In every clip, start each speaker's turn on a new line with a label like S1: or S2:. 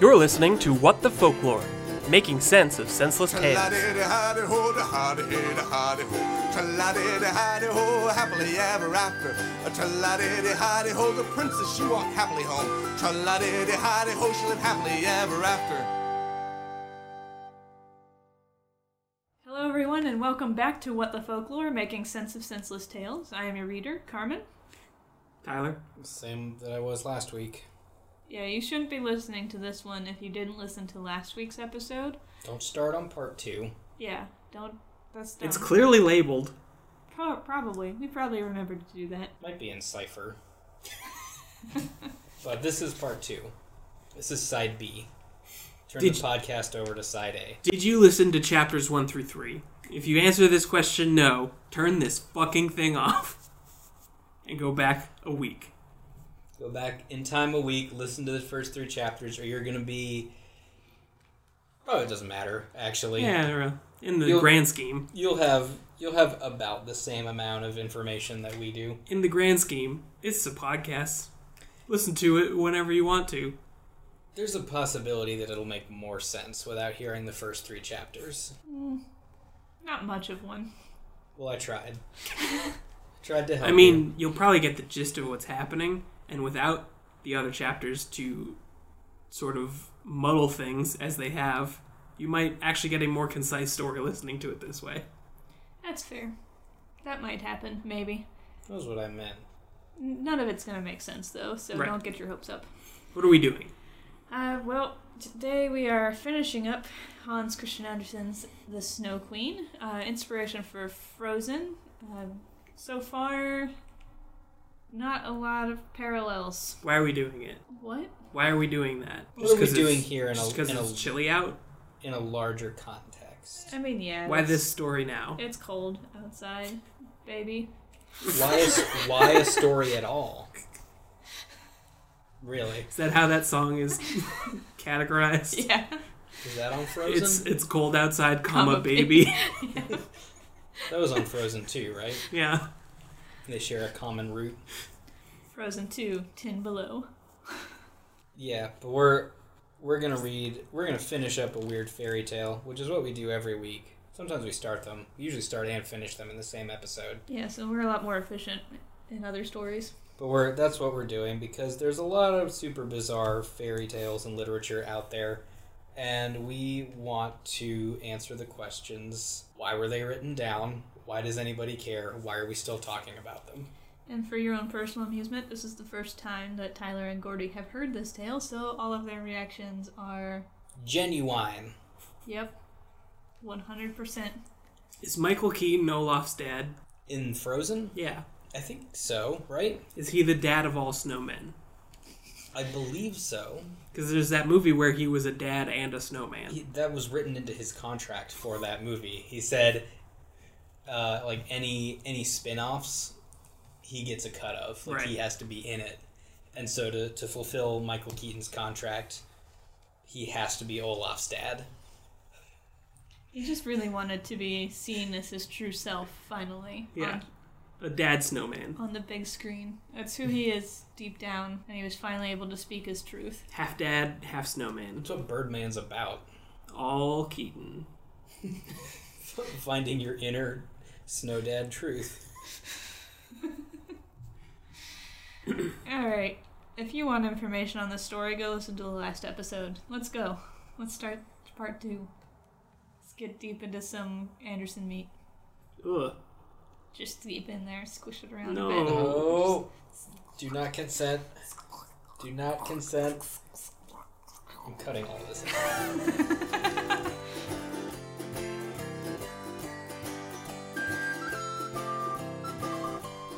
S1: You're listening to What the Folklore, making sense of senseless tales.
S2: Tla-di-di-hi-di-ho, da-ha-di-hi-di-hi-di-ho. Tla-di-di-hi-di-ho, happily ever after. Tla-di-di-hi-di-ho, the princess she walked happily home. Tla-di-di-hi-di-ho, she lived happily ever after.
S3: Hello, everyone, and welcome back to What the Folklore Making Sense of Senseless Tales. I am your reader, Carmen.
S1: Tyler?
S4: Same that I was last week.
S3: Yeah, you shouldn't be listening to this one if you didn't listen to last week's episode.
S4: Don't start on part two.
S3: Yeah, don't. That's dumb.
S1: It's clearly labeled.
S3: Pro- probably. We probably remembered to do that.
S4: Might be in cipher. but this is part two. This is side B. Turn
S1: Did-
S4: the podcast over to side A.
S1: Did you listen to chapters 1 through 3? If you answer this question no, turn this fucking thing off and go back a week.
S4: Go back in time a week, listen to the first three chapters, or you're gonna be. Oh, it doesn't matter. Actually,
S1: Yeah, uh, in the
S4: You'll-
S1: grand scheme.
S4: you'll have you'll have about the same amount of information that we do.
S1: In the grand scheme, it's a podcast. Listen to it whenever you want to.
S4: There's a possibility that it'll make more sense without hearing the first three chapters.
S3: Not much of one.
S4: Well, I tried. tried to help.
S1: I
S4: you.
S1: mean, you'll probably get the gist of what's happening, and without the other chapters to sort of muddle things as they have, you might actually get a more concise story listening to it this way.
S3: That's fair. That might happen, maybe.
S4: that was what I meant.
S3: N- None of it's going to make sense, though, so
S1: Right.
S3: don't get your hopes up.
S1: What are we doing?
S3: Uh, well, today we are finishing up Hans Christian Andersen's The Snow Queen, uh, inspiration for Frozen. Um so far, not a lot of parallels.
S1: Why are we doing it?
S3: What?
S1: Why are we doing that?
S4: What
S1: Just
S4: are we
S1: 'cause
S4: doing
S1: it's-
S4: here in a-
S1: just 'cause
S4: in a-
S1: it's chilly out?
S4: in a larger context.
S3: I mean, yeah.
S1: Why
S3: it's-
S1: this story now?
S3: It's cold outside, baby.
S4: Why is why a story at all? Really?
S1: Is that how that song is categorized?
S3: Yeah.
S4: Is that on Frozen?
S1: It's it's cold outside,
S3: Comma,
S1: comma baby.
S4: That was on Frozen too, right?
S1: yeah.
S4: They share a common root.
S3: Frozen 2, 10 below.
S4: Yeah, but we're we're gonna read. We're gonna finish up a weird fairy tale, which is what we do every week. Sometimes we start them. We usually start and finish them in the same episode.
S3: Yeah, so we're a lot more efficient in other stories.
S4: But we're that's what we're doing because there's a lot of super bizarre fairy tales and literature out there, and we want to answer the questions: Why were they written down? Why does anybody care? Why are we still talking about them?
S3: And for your own personal amusement, this is the first time that Tyler and Gordy have heard this tale, so all of their reactions are,
S4: Genuine.
S3: yep, 100%.
S1: Is Michael Keaton Olaf's dad?
S4: In Frozen?
S1: Yeah.
S4: I think so, right?
S1: Is he the dad of all snowmen?
S4: I believe so.
S1: Because there's that movie where he was a dad and a snowman.
S4: He, that was written into his contract for that movie. He said, uh, like any any spin-offs, he gets a cut of. Like he
S1: Right.
S4: has to be in it. And so to, to fulfill Michael Keaton's contract, he has to be Olaf's dad.
S3: He just really wanted to be seen as his true self, finally,
S1: Yeah. A dad snowman.
S3: on, on the big screen. That's who he is deep down, and he was finally able to speak his truth.
S1: Half dad, half snowman.
S4: That's what Birdman's about.
S1: All Keaton.
S4: Finding your inner snow dad truth.
S3: Alright, if you want information on this story, go listen to the last episode. Let's go. Let's start part two. Let's get deep into some Anderson meat.
S1: Ugh.
S3: Just deep in there, squish it around
S1: No.
S3: a bit.
S4: Oh, do not consent. Do not consent. I'm cutting all this. out.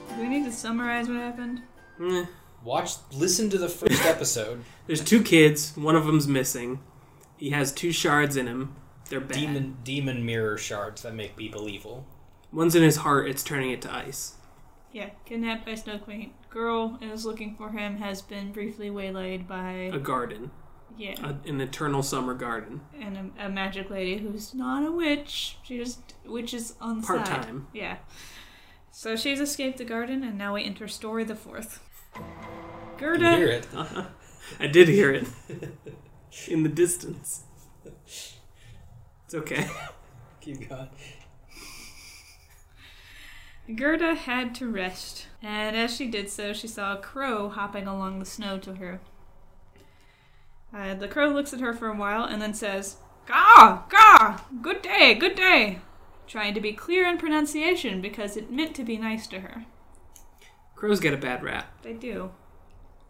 S3: Do we need to summarize what happened?
S1: Eh.
S4: Watch, listen to the first episode.
S1: There's two kids. One of them's missing. He has two shards in him. They're bad.
S4: demon demon mirror shards that make people evil.
S1: One's in his heart. It's turning it to ice.
S3: Yeah, kidnapped by Snow Queen. Girl is looking for him, has been briefly waylaid by,
S1: A garden.
S3: yeah,
S1: A, an eternal summer garden.
S3: and a, a magic lady who's not a witch. She just, witches on the side.
S1: Part-time.
S3: Yeah. So she's escaped the garden, and now we enter story the fourth.
S4: You
S3: Gerda.
S4: hear it.
S1: I did hear it. in the distance. It's okay.
S4: Keep going.
S3: Gerda had to rest, and as she did so, she saw a crow hopping along the snow to her. Uh, the crow looks at her for a while and then says, Gah! Gah! Good day! Good day! Trying to be clear in pronunciation because it meant to be nice to her.
S1: Crows get a bad rap
S3: They do.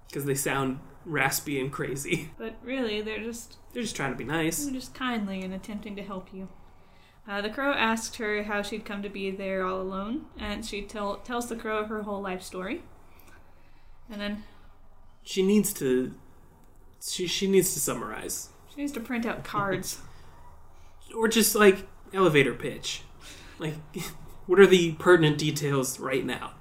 S1: because they sound raspy and crazy.
S3: But really, they're just
S1: They're just trying to be nice.
S3: they're just kindly and attempting to help you. Uh, the crow asked her how she'd come to be there all alone, and she tell, tells the crow her whole life story. And then
S1: She needs to. She she needs to summarize
S3: she needs to print out cards.
S1: or just like elevator pitch. Like, what are the pertinent details right now?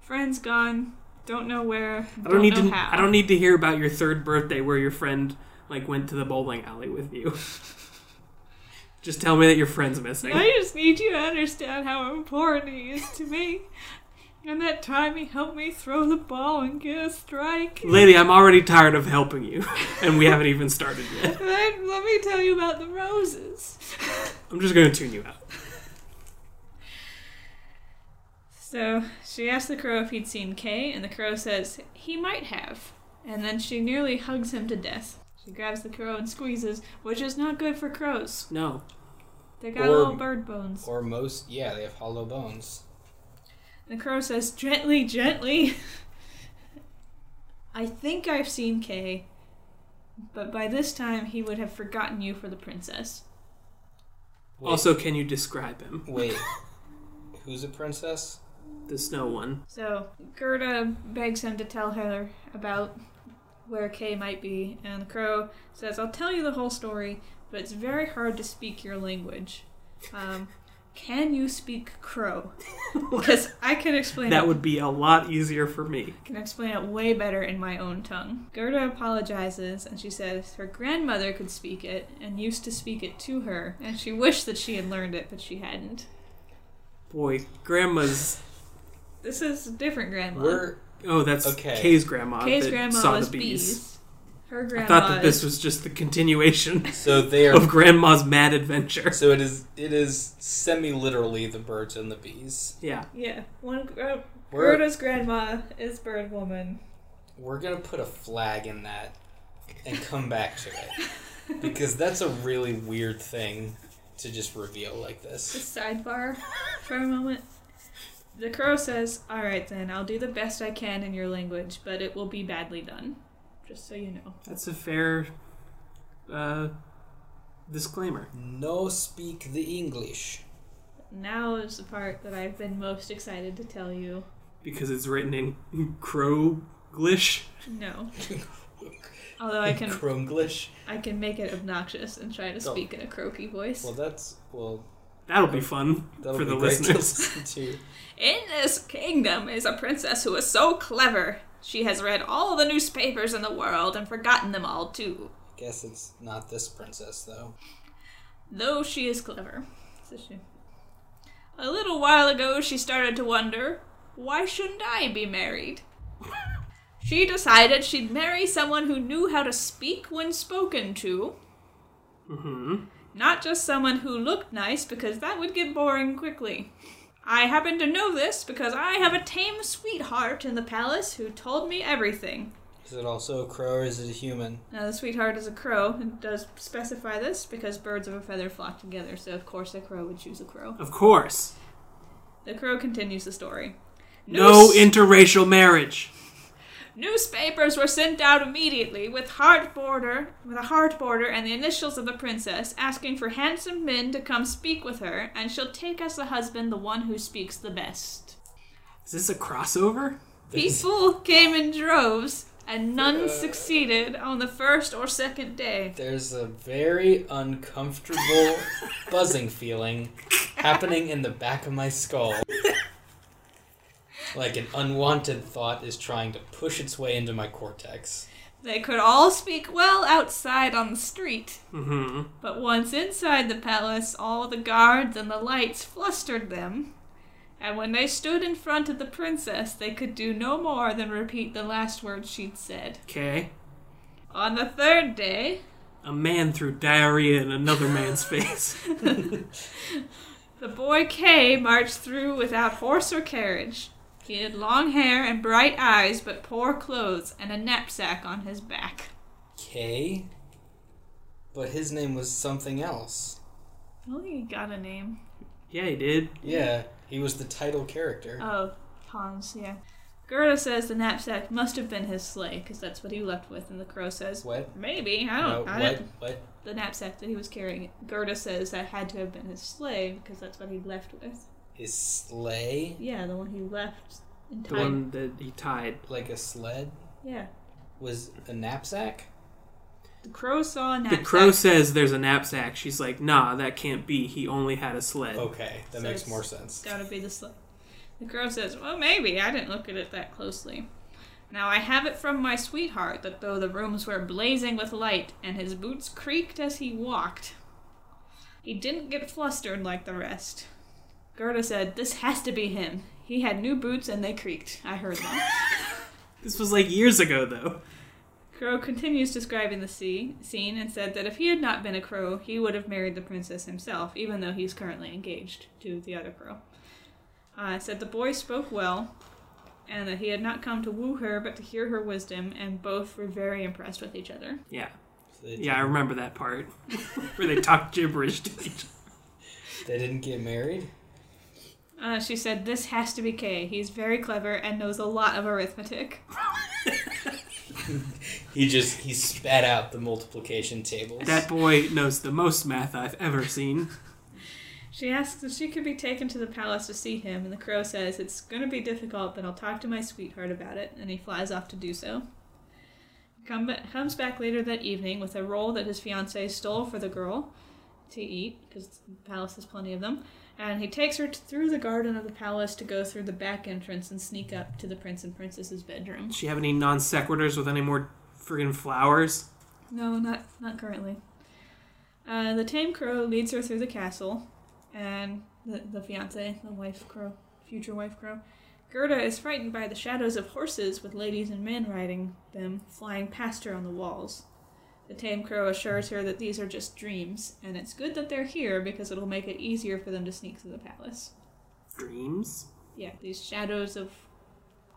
S3: Friends gone, don't know where,
S1: I don't, need
S3: know
S1: to.
S3: how.
S1: I don't need to hear about your third birthday where your friend like went to the bowling alley with you. Just tell me that your friend's missing.
S3: I just need you to understand how important he is to me. And that time he helped me throw the ball and get a strike.
S1: Lady, I'm already tired of helping you, and we haven't even started yet.
S3: And then let me tell you about the roses.
S1: I'm just gonna tune you out.
S3: So she asked the crow if he'd seen Kay, and the crow says he might have. And then she nearly hugs him to death. She grabs the crow and squeezes, which is not good for crows.
S1: No,
S3: They got
S4: Or-
S3: little bird bones.
S4: Or most, yeah, they have hollow bones.
S3: The crow says, gently, gently. I think I've seen Kay, but by this time he would have forgotten you for the princess.
S4: Wait,
S1: Also, can you describe him?
S4: wait. Who's a princess?
S1: The snow one.
S3: So Gerda begs him to tell her about where Kay might be, and the crow says, I'll tell you the whole story, but it's very hard to speak your language. Um, can you speak crow? Because I can explain
S1: That
S3: it.
S1: would be a lot easier for me.
S3: can explain it way better in my own tongue. Gerda apologizes and she says her grandmother could speak it and used to speak it to her, and she wished that she had learned it, but she hadn't.
S1: Boy, grandma's.
S3: This is a different grandma.
S4: We're
S1: Oh, that's
S4: Okay.
S1: Kay's grandma.
S3: Kay's
S1: that
S3: grandma
S1: saw
S3: was
S1: the bees.
S3: bees. Her
S1: I
S3: grandma
S1: thought that
S3: is-
S1: this was just the continuation
S4: so they
S1: of
S4: are.
S1: grandma's mad adventure.
S4: So it is. It is semi literally the birds and the bees.
S1: Yeah,
S3: Yeah, one gr- uh,
S4: We're-
S3: Gerda's grandma is bird woman.
S4: We're gonna put a flag in that and come back to it because that's a really weird thing to just reveal like this.
S3: Just sidebar for a moment. The crow says, "All right then, I'll do the best I can in your language, but it will be badly done." Just so you know.
S1: that's a fair uh, disclaimer.
S4: No, speak the English.
S3: Now is the part that I've been most excited to tell you.
S1: Because it's written in Croglish.
S3: No. Although I can
S4: Kronglish.
S3: I can make it obnoxious and try to
S4: Go.
S3: speak in a croaky voice.
S4: Well, that's well.
S1: That'll be fun
S4: That'll
S1: for
S4: be
S1: the
S4: great to
S1: listeners.
S4: listen to.
S3: In this kingdom is a princess who is so clever. She has read all the newspapers in the world and forgotten them all too.
S4: Guess it's not this princess though.
S3: Though she is clever. So she- A little while ago, she started to wonder why shouldn't I be married? she decided she'd marry someone who knew how to speak when spoken to. Not just someone who looked nice, because that would get boring quickly. I happen to know this because I have a tame sweetheart in the palace who told me everything.
S4: Is it also a crow or is it a human?
S3: Now, the sweetheart is a crow, and does specify this because birds of a feather flock together, so of course a crow would choose a crow.
S1: Of course.
S3: The crow continues the story.
S1: No
S3: News-
S1: interracial marriage.
S3: newspapers were sent out immediately with heart border, with a heart border and the initials of the princess, asking for handsome men to come speak with her, and she'll take as a husband the one who speaks the best.
S1: Is this a crossover?
S3: People came in droves, and none succeeded on the first or second day.
S4: There's a very uncomfortable buzzing feeling happening in the back of my skull. Like an unwanted thought is trying to push its way into my cortex.
S3: They could all speak well outside on the street.
S1: Mm-hmm.
S3: But once inside the palace, all the guards and the lights flustered them. And when they stood in front of the princess, they could do no more than repeat the last words she'd said.
S1: Okay.
S3: On the third day,
S1: A man threw diarrhea in another man's face.
S3: the boy K marched through without horse or carriage. He had long hair and bright eyes, but poor clothes and a knapsack on his back.
S4: K? But his name was something else.
S3: I don't think he got a name.
S1: Yeah, he did.
S4: Yeah, he was the title character.
S3: Oh, Hans, yeah. Gerda says the knapsack must have been his sleigh, because that's what he left with, and the crow says,
S4: What?
S3: Maybe. I
S4: No,
S3: don't I
S4: what?
S3: don't-
S4: What?
S3: The knapsack that he was carrying, Gerda says that had to have been his sleigh, because that's what he left with.
S4: His sleigh?
S3: Yeah, the one he left in
S1: The
S3: time.
S1: one that he tied.
S4: Like a sled?
S3: Yeah.
S4: Was a knapsack?
S3: The crow saw a
S1: The
S3: knapsack.
S1: crow says there's a knapsack. She's like, nah, that can't be. He only had a sled.
S4: Okay,
S3: So
S4: that makes
S3: it's
S4: more sense.
S3: Gotta be the sleigh. The crow says, Well, maybe. I didn't look at it that closely. Now I have it from my sweetheart that though the rooms were blazing with light and his boots creaked as he walked, he didn't get flustered like the rest. Gerda said, This has to be him. He had new boots and they creaked. I heard them.
S1: This was like years ago, though.
S3: Crow continues describing the sea, scene and said that if he had not been a crow, he would have married the princess himself, even though he's currently engaged to the other crow. Uh, said the boy spoke well, and that he had not come to woo her but to hear her wisdom, and both were very impressed with each other.
S1: Yeah.
S4: They,
S1: Yeah, I remember that part. Where they talk gibberish to each
S4: They didn't get married?
S3: Uh, she said, This has to be Kay. He's very clever and knows a lot of arithmetic.
S4: He just, he spat out the multiplication tables.
S1: That boy knows the most math I've ever seen.
S3: She asks if she could be taken to the palace to see him, and the crow says, It's going to be difficult, but I'll talk to my sweetheart about it, and he flies off to do so. Come comes back later that evening with a roll that his fiancee stole for the girl to eat, because the palace has plenty of them, and he takes her t- through the garden of the palace to go through the back entrance and sneak up to the prince and princess's bedroom.
S1: Does she have any non sequiturs with any more friggin' flowers?
S3: No, not not currently. Uh, the tame crow leads her through the castle, and the the fiance, the wife crow, future wife crow, Gerda is frightened by the shadows of horses with ladies and men riding them flying past her on the walls. The tame crow assures her that these are just dreams, and it's good that they're here because it'll make it easier for them to sneak through the palace.
S1: Dreams?
S3: Yeah, these shadows of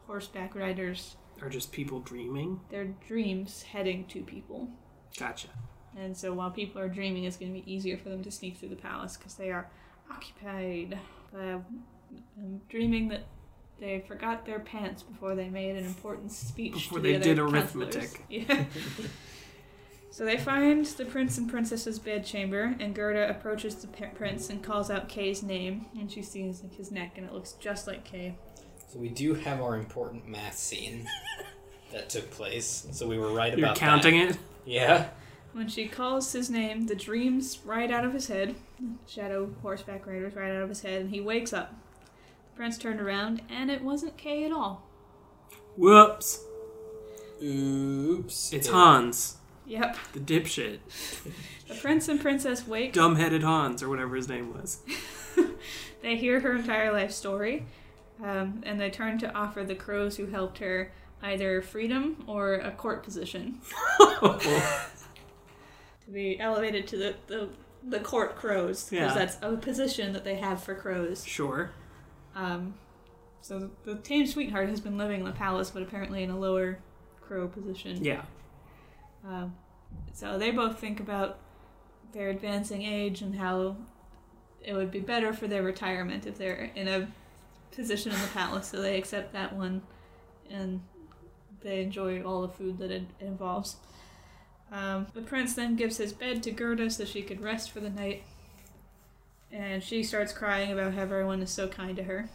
S3: horseback riders,
S1: Are just people dreaming?
S3: they're dreams heading to people.
S1: Gotcha.
S3: And so while people are dreaming, it's going to be easier for them to sneak through the palace because they are occupied. Uh, I'm dreaming that they forgot their pants before they made an important speech.
S1: Before
S3: to the
S1: they did
S3: other
S1: arithmetic.
S3: counselors. Yeah. so they find the prince and princess's bedchamber, and Gerda approaches the p- prince and calls out Kay's name, and she sees like, his neck, and it looks just like Kay.
S4: So we do have our important math scene that took place. So we were right
S1: You're
S4: about
S1: counting
S4: that.
S1: it?
S4: Yeah.
S3: When she calls his name, the dreams right out of his head. Shadow horseback riders right out of his head, and he wakes up. The prince turned around, and it wasn't Kay at all.
S1: Whoops.
S4: Oops.
S1: It's
S4: It-
S1: Hans,
S3: Yep.
S1: the dipshit.
S3: The prince and princess wake.
S1: Dumbheaded Hans, or whatever his name was.
S3: They hear her entire life story, um, and they turn to offer the crows who helped her either freedom or a court position to be elevated to the, the, the court crows,
S1: Yeah.
S3: because that's a position that they have for crows.
S1: sure.
S3: Um, so the tame sweetheart has been living in the palace, but apparently in a lower crow position.
S1: Yeah.
S3: Um, so they both think about their advancing age and how it would be better for their retirement if they're in a position in the palace. So they accept that one, and they enjoy all the food that it involves. Um, the prince then gives his bed to Gerda so she could rest for the night, and she starts crying about how everyone is so kind to her,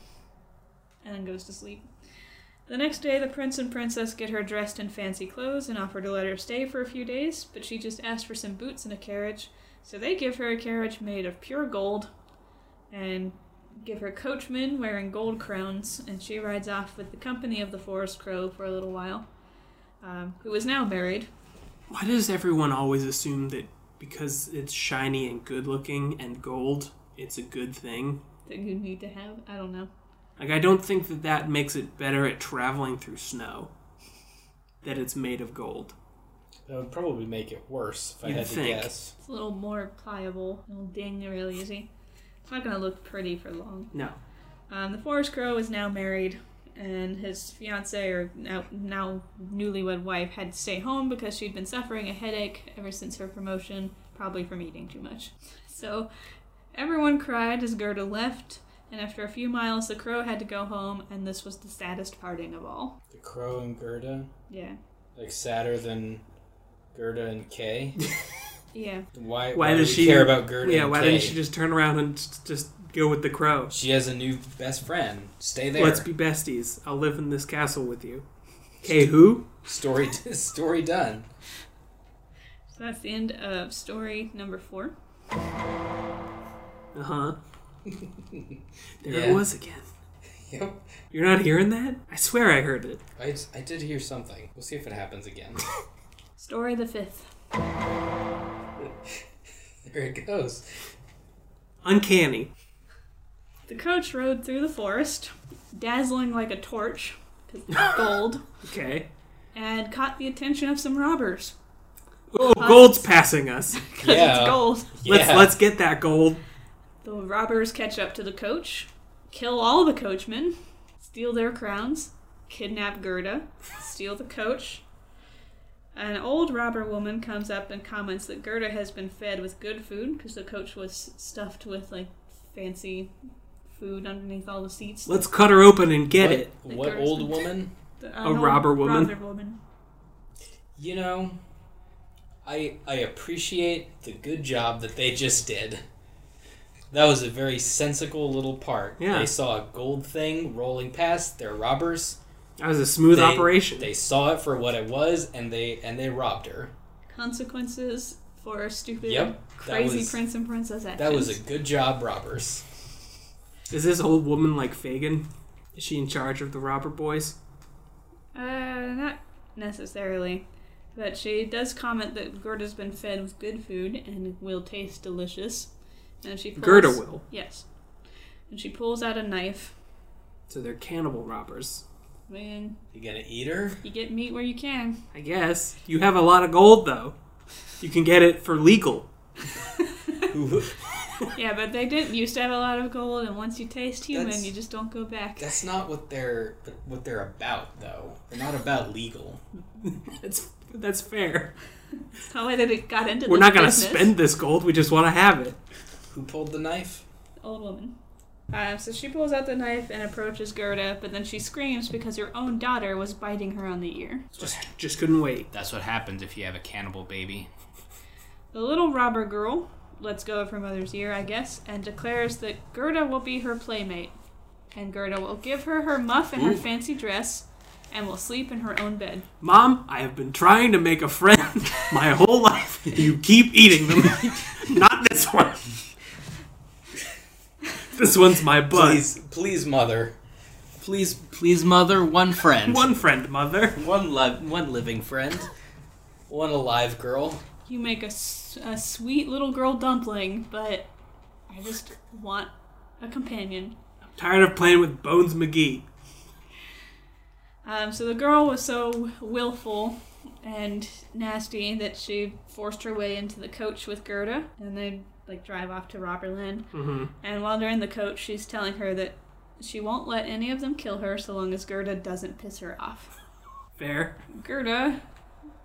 S3: and then goes to sleep. The next day, the prince and princess get her dressed in fancy clothes and offer to let her stay for a few days, but she just asked for some boots and a carriage, so they give her a carriage made of pure gold and give her coachmen wearing gold crowns, and she rides off with the company of the forest crow for a little while, um, who is now married.
S1: Why does everyone always assume that because it's shiny and good looking and gold, it's a good thing?
S3: That you need to have? I don't know.
S1: Like, I don't think that that makes it better at traveling through snow, that it's made of gold.
S4: That would probably make it worse if I
S1: You'd
S4: had
S1: think.
S4: to guess.
S3: It's a little more pliable. It'll ding real easy. It's not gonna look pretty for long.
S1: No.
S3: Um, the forest crow is now married, and his fiance or now now newlywed wife had to stay home because she'd been suffering a headache ever since her promotion, probably from eating too much. So everyone cried as Gerda left. And after a few miles, the crow had to go home, and this was the saddest parting of all.
S4: The Crow and Gerda,
S3: Yeah.
S4: like sadder than Gerda and Kay.
S3: Yeah.
S4: Why? Why,
S1: Why
S4: do
S1: does
S4: we
S1: she
S4: care about Gerda?
S1: Yeah.
S4: and
S1: Why
S4: Kay?
S1: didn't she just turn around and s- just go with the crow?
S4: She has a new best friend. Stay there.
S1: Let's be besties. I'll live in this castle with you. Hey, who?
S4: Story story done.
S3: So that's the end of story number four.
S1: Uh huh. there
S4: Yeah.
S1: it was again.
S4: Yep.
S1: You're not hearing that? I swear I heard it.
S4: I, I did hear something. We'll see if it happens again.
S3: Story the fifth.
S4: there it goes.
S1: Uncanny.
S3: The coach rode through the forest, dazzling like a torch, 'cause it's gold,
S1: Okay.
S3: and caught the attention of some robbers.
S1: Oh, gold's passing us.
S3: 'cause
S4: Yeah.
S3: it's gold.
S1: Let's
S4: yeah.
S1: let's get that gold.
S3: The robbers catch up to the coach, kill all the coachmen, steal their crowns, kidnap Gerda, steal the coach. An old robber woman comes up and comments that Gerda has been fed with good food because the coach was stuffed with like fancy food underneath all the seats.
S1: Let's cut her open and get it.
S4: What,
S3: The
S4: what
S3: girls-
S4: old woman?
S3: The-
S1: A
S3: an old
S1: robber woman?
S3: Robber woman.
S4: You know, I I appreciate the good job that they just did. That was a very sensical little part.
S1: Yeah.
S4: They saw a gold thing rolling past. They're robbers.
S1: That was a smooth
S4: They-
S1: operation.
S4: They saw it for what it was, and they and they robbed her.
S3: consequences for stupid,
S4: Yep, that
S3: crazy
S4: was-
S3: prince and princess actions.
S4: That was a good job, robbers.
S1: Is this old woman like Fagin? Is she in charge of the robber boys?
S3: uh, not necessarily, but she does comment that Gerda's been fed with good food and will taste delicious. And she pulls,
S1: Gerda will.
S3: yes, and she pulls out a knife.
S1: So they're cannibal robbers.
S3: I mean,
S4: You gonna eat her?
S3: you get meat where you can.
S1: I guess. You have a lot of gold though. You can get it for legal.
S4: Ooh,
S3: yeah, but they didn't used to have a lot of gold, and once you taste human,
S4: That's-
S3: you just don't go back.
S4: That's not what they're what they're about, though. They're not about legal.
S1: That's that's fair.
S3: That's the way that it got into.
S1: We're
S3: this
S1: not gonna
S3: business.
S1: spend this gold, we just wanna have it.
S4: Who pulled the knife?
S3: old woman. Uh, so she pulls out the knife and approaches Gerda, but then she screams because her own daughter was biting her on the ear.
S1: Just just couldn't wait.
S4: That's what happens if you have a cannibal baby.
S3: The little robber girl lets go of her mother's ear, I guess, and declares that Gerda will be her playmate. And Gerda will give her her muff and her
S4: Ooh.
S3: fancy dress and will sleep in her own bed.
S1: Mom, I have been trying to make a friend my whole life. You keep eating them. Not this one. This one's my butt.
S4: Please, please, mother. Please, please, mother. One friend.
S1: One friend, mother.
S4: one li- one living friend. One alive girl.
S3: You make a, s- a sweet little girl dumpling, but I just want a companion.
S1: Tired of playing with Bones McGee.
S3: Um, so the girl was so willful and nasty that she forced her way into the coach with Gerda, and they like drive off to Robberland.
S1: hmm
S3: And while they're in the coach, she's telling her that she won't let any of them kill her so long as Gerda doesn't piss her off.
S1: Fair.
S3: Gerda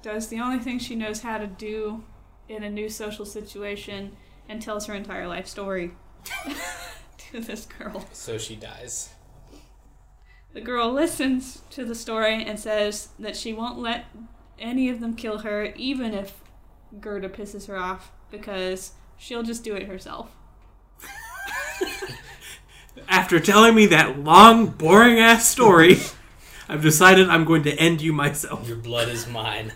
S3: does the only thing she knows how to do in a new social situation and tells her entire life story to this girl.
S4: So she dies.
S3: The girl listens to the story and says that she won't let any of them kill her, even if Gerda pisses her off, because she'll just do it herself.
S1: After telling me that long, boring ass story, I've decided I'm going to end you myself.
S4: Your blood is mine.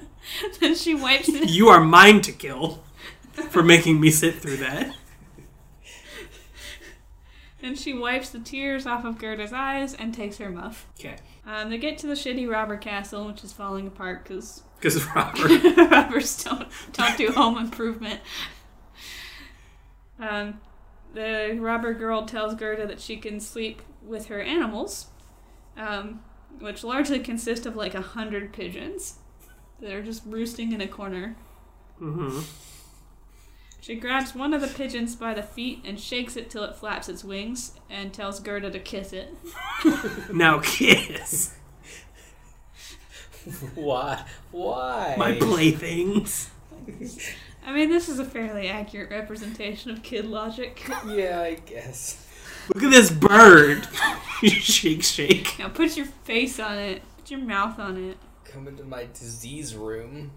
S3: then she wipes it.
S1: You are mine to kill for making me sit through that.
S3: Then she wipes the tears off of Gerda's eyes and takes her muff.
S1: Okay.
S3: Um, they get to the shitty robber castle, which is falling apart because
S1: Because Robert.
S3: robbers don't don't do home improvement. Um, the robber girl tells Gerda that she can sleep with her animals, um, which largely consist of like a hundred pigeons. that are just roosting in a corner.
S1: Mm-hmm.
S3: She grabs one of the pigeons by the feet and shakes it till it flaps its wings and tells Gerda to kiss it.
S1: Now kiss
S4: Why? Why?
S1: my playthings.
S3: I mean, this is a fairly accurate representation of kid logic.
S4: yeah, I guess.
S1: Look at this bird. shake, shake.
S3: Now put your face on it, put your mouth on it.
S4: Come into my disease room.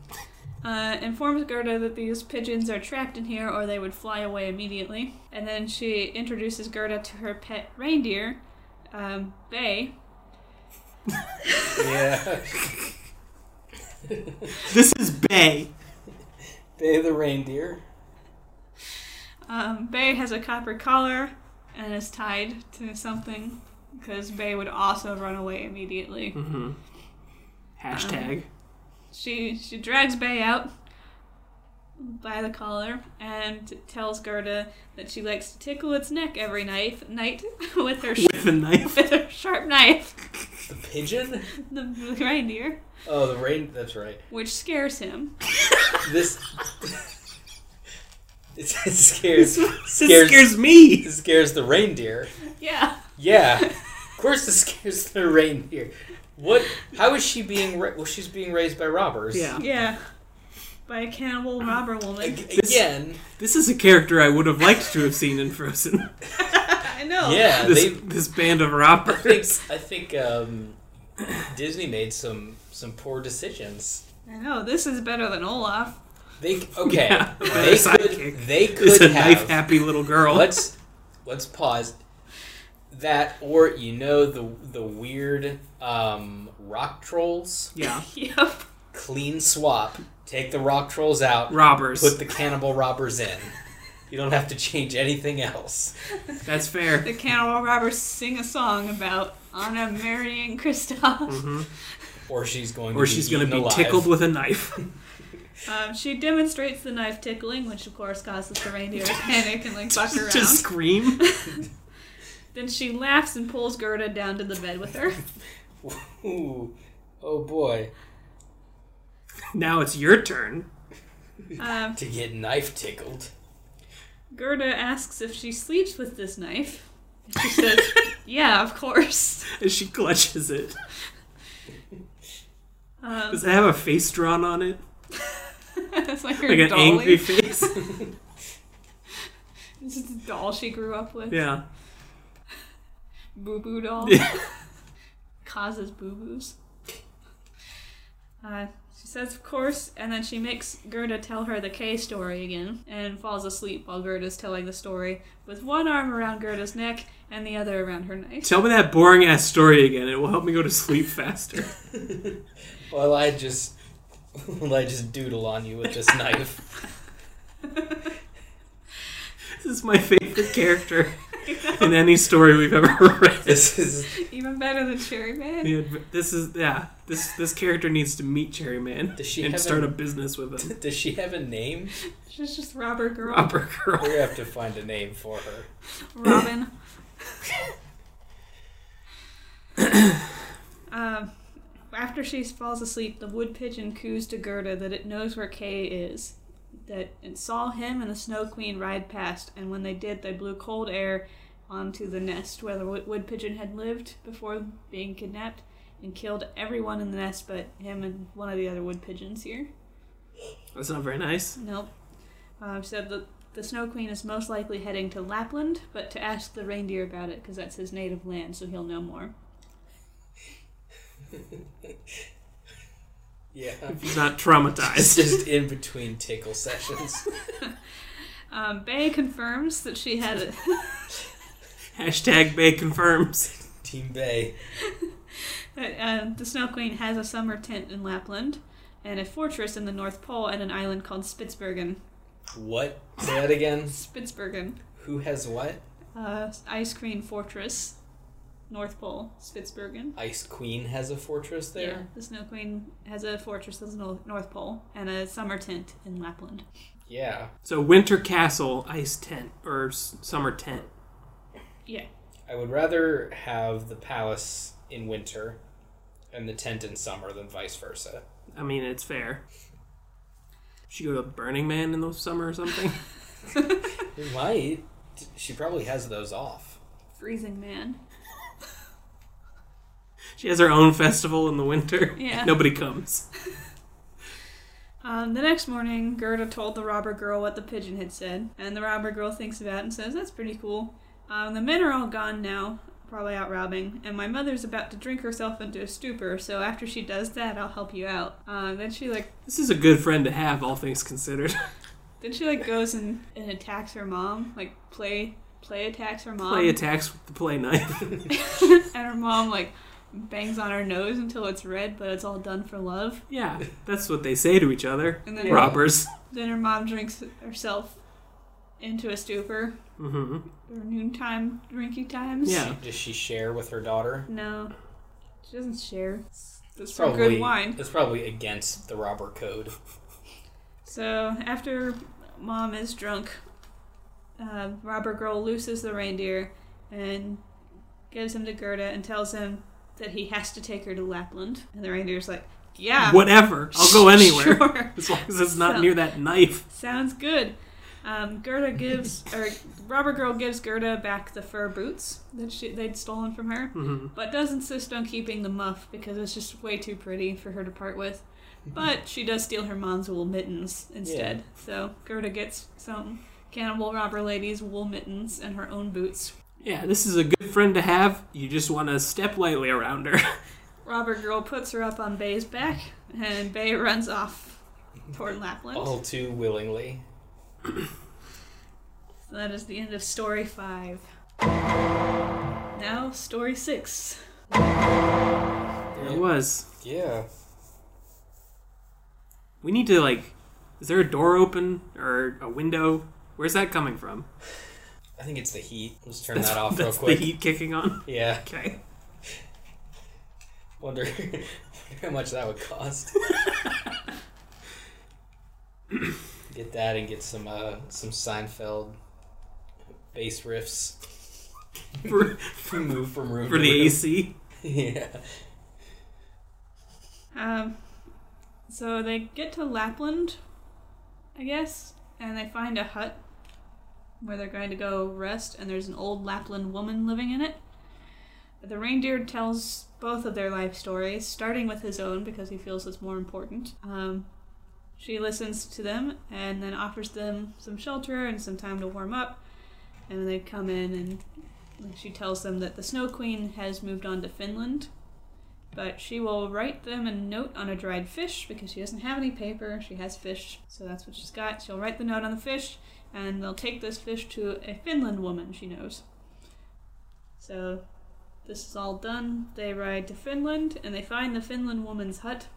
S3: Uh, informs Gerda that these pigeons are trapped in here or they would fly away immediately. And then she introduces Gerda to her pet reindeer, um, Bay.
S4: Yeah.
S1: This is Bay.
S4: Bay the reindeer.
S3: Um, Bay has a copper collar and is tied to something because Bay would also run away immediately.
S1: Mm-hmm. Hashtag.
S3: She she drags Bay out by the collar and tells Gerda that she likes to tickle its neck every night night with her sh-
S1: With a knife.
S3: with her sharp knife,
S4: The pigeon?
S3: the reindeer,
S4: Oh, the rain. That's right.
S3: which scares him.
S4: This. it scares.
S1: This
S4: Scares.
S1: scares me.
S4: It scares the reindeer.
S3: Yeah,
S4: Yeah. Of course, it scares the reindeer. What? How is she being? Ra- well, she's being raised by robbers.
S1: Yeah.
S3: yeah. by a cannibal robber woman.
S4: Ag- again.
S1: This is a character I would have liked to have seen in Frozen.
S3: I know.
S4: Yeah.
S1: Oh. This,
S4: Uh, They.
S1: this band of
S4: I think.
S1: robbers.
S4: I think. Um, Disney made some some poor decisions.
S3: I know. This is better than Olaf.
S4: They okay.
S1: Yeah, but
S4: they,
S1: their
S4: could,
S1: sidekick
S4: they
S1: It's
S4: could
S1: a
S4: have.
S1: knife happy little girl.
S4: let's let's pause that or you know the the weird um, rock trolls
S1: Yeah.
S3: Yep.
S4: clean swap take the rock trolls out
S1: Robbers.
S4: put the cannibal robbers in you don't have to change anything else
S1: That's fair.
S3: The cannibal robbers sing a song about Anna marrying Kristoff.
S1: Mm-hmm.
S4: or she's going to
S1: Or
S4: be
S1: she's going to
S4: eaten
S1: be
S4: alive.
S1: tickled with a knife.
S3: Um, she demonstrates the knife tickling, which of course causes the reindeer to panic and like buck around.
S1: Just scream.
S3: Then she laughs and pulls Gerda down to the bed with her.
S4: Ooh, oh boy
S1: Now it's your turn.
S3: Um,
S4: to get knife tickled
S3: Gerda asks if she sleeps with this knife. And She says, "Yeah, of course."
S1: And she clutches it.
S3: Um,
S1: Does it have a face drawn on it?
S3: it's like her
S1: Like an
S3: dolly.
S1: angry face?
S3: It's just a doll she grew up with.
S1: yeah.
S3: Boo boo doll.
S1: Yeah.
S3: causes boo boos. Uh, she says, of course, and then she makes Gerda tell her the K story again and falls asleep while Gerda's telling the story with one arm around Gerda's neck and the other around her knife.
S1: Tell me that boring ass story again. It will help me go to sleep faster.
S4: well i just well i just doodle on you with this knife
S1: This is my favorite character in any story we've ever read.
S4: this is
S3: Even better than Cherry Man.
S1: The adv- This is yeah. This this character needs to meet Cherry Man
S4: Does she
S1: and
S4: have
S1: start
S4: a-
S1: a business with him.
S4: does she have a name
S3: She's just robber girl.
S1: Upper girl.
S4: we have to find a name for her
S3: Robin. um, after she falls asleep, the wood pigeon coos to Gerda that it knows where Kay is, that it saw him and the Snow Queen ride past, and when they did, they blew cold air onto the nest where the wo- wood pigeon had lived before being kidnapped and killed everyone in the nest but him and one of the other wood pigeons here.
S1: That's not very nice.
S3: Nope. Um, so the the Snow Queen is most likely heading to Lapland, but to ask the reindeer about it because that's his native land, so he'll know more.
S4: yeah
S1: He's not
S4: It's
S1: traumatized.
S4: just in between tickle sessions.
S3: Um, Bay confirms that she had a,
S1: Hashtag Bay confirms.
S4: Team Bay.
S3: that uh, the Snow Queen has a summer tent in Lapland, and a fortress in the North Pole, and an island called Spitsbergen.
S4: What? Say that again.
S3: Spitsbergen,
S4: Who has what?
S3: uh, ice cream fortress, North Pole, Spitsbergen.
S4: Ice Queen has a fortress
S3: Yeah,
S4: there?
S3: the Snow Queen has a fortress in the Nor- North Pole and a summer tent in Lapland.
S4: Yeah.
S1: So Winter Castle ice tent or s- summer tent.
S3: Yeah.
S4: I would rather have the palace in winter and the tent in summer than vice versa.
S1: I mean, it's fair. She go to Burning Man in the summer or something.
S4: It might. She probably has those off.
S3: Freezing man.
S1: she has her own festival in the winter.
S3: Yeah.
S1: Nobody comes.
S3: Um, the next morning, Gerda told the robber girl what the pigeon had said, and the robber girl thinks about it and says, That's pretty cool. Um, the men are all gone now, probably out robbing, and my mother's about to drink herself into a stupor, so after she does that, I'll help you out. Uh, then she, like,
S1: This is a good friend to have, all things considered.
S3: then she, like, goes and, and attacks her mom, like, play, play attacks her mom.
S1: Play attacks with the play knife.
S3: and her mom, like, bangs on her nose until it's red, but it's all done for love.
S1: yeah, that's what they say to each other.
S3: And then,
S1: Robbers.
S3: then her mom drinks herself into a stupor.
S1: hmm
S3: or noontime drinking times.
S1: Yeah.
S4: Does she share with her daughter?
S3: No, she doesn't share. That's some
S4: Probably.
S3: good wine.
S4: It's probably against the robber code.
S3: So after mom is drunk, uh, robber girl looses the reindeer and gives him to Gerda and tells him that he has to take her to Lapland. And the reindeer's like, "Yeah,
S1: Whatever. I'll go anywhere.
S3: Sure.
S1: As long as it's not
S3: So-
S1: near that knife.
S3: Sounds good. Um, Gerda gives, or Robber Girl gives Gerda back the fur boots that she, they'd stolen from her, but does insist on keeping the muff because it's just way too pretty for her to part with. But she does steal her mom's wool mittens instead. So Gerda gets some cannibal robber lady's wool mittens and her own boots.
S1: Yeah, this is a good friend to have. You just want to step lightly around her.
S3: Robber Girl puts her up on Bay's back, and Bay runs off toward Lapland.
S4: All too willingly.
S3: So that is the end of story five. Now, story six.
S1: there it was.
S4: Yeah.
S1: We need to like. Is there a door open or a window? Where's that coming from?
S4: I think it's the heat. Let's turn that off real
S1: That's
S4: quick.
S1: the heat kicking on.
S4: Yeah.
S1: Okay.
S4: Wonder, wonder how much that would cost. get that and get some uh, some Seinfeld bass riffs.
S1: For,
S4: Move from room
S1: for
S4: to
S1: the
S4: room.
S1: AC.
S4: yeah.
S3: Um, so they get to Lapland, I guess, and they find a hut where they're going to go rest, and there's an old Lapland woman living in it. The reindeer tells both of their life stories, starting with his own because he feels it's more important. Um, she listens to them and then offers them some shelter and some time to warm up. And they come in, and like, she tells them that the Snow Queen has moved on to Finland but she will write them a note on a dried fish because she doesn't have any paper. She has fish, so that's what she's got. She'll write the note on the fish, and they'll take this fish to a Finland woman she knows. So this is all done. They ride to Finland, and they find the Finland woman's hut.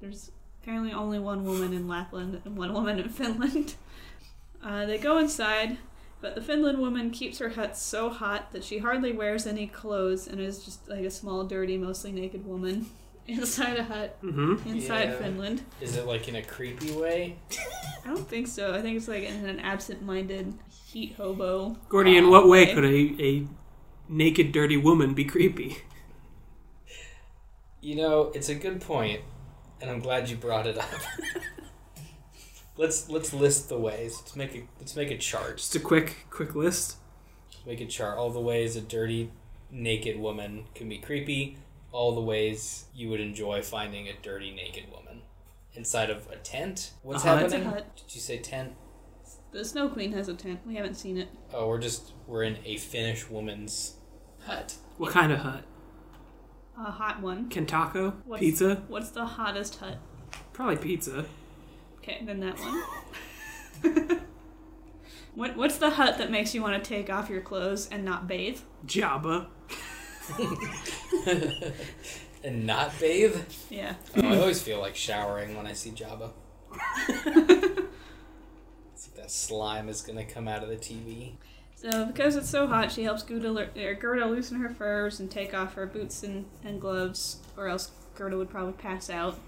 S3: There's apparently only one woman in Lapland and one woman in Finland. Uh, they go inside, but the Finland woman keeps her hut so hot that she hardly wears any clothes and is just like a small, dirty, mostly naked woman inside a hut
S1: Mm-hmm.
S3: inside
S4: Yeah.
S3: Finland.
S4: Is it like in a creepy way?
S3: I don't think so. I think it's like in an absent-minded heat hobo.
S1: Gordy, in what way
S3: Okay.
S1: could a, a naked, dirty woman be creepy?
S4: You know, it's a good point, and I'm glad you brought it up. let's let's list the ways. Let's make a let's make a chart.
S1: Just a quick, quick list.
S4: Make a chart. All the ways a dirty, naked woman can be creepy. All the ways you would enjoy finding a dirty, naked woman inside of a tent. What's
S1: A hut?
S4: happening?
S3: It's a hut.
S4: Did you say tent?
S3: The Snow Queen has a tent. We haven't seen it.
S4: Oh, we're just we're in a Finnish woman's hut.
S1: What kind of hut?
S3: A hot one.
S1: Kentako?
S3: What's-
S1: Pizza?
S3: What's the hottest hut?
S1: Probably pizza.
S3: Okay, then that one. what What's the hut that makes you want to take off your clothes and not bathe?
S1: Jabba.
S4: and not bathe.
S3: Yeah.
S4: Oh, I always feel like showering when I see Jabba. it's like that slime is gonna come out of the TV.
S3: So because it's so hot, she helps Gerda, lo- er, Gerda loosen her furs and take off her boots and, and gloves, or else Gerda would probably pass out.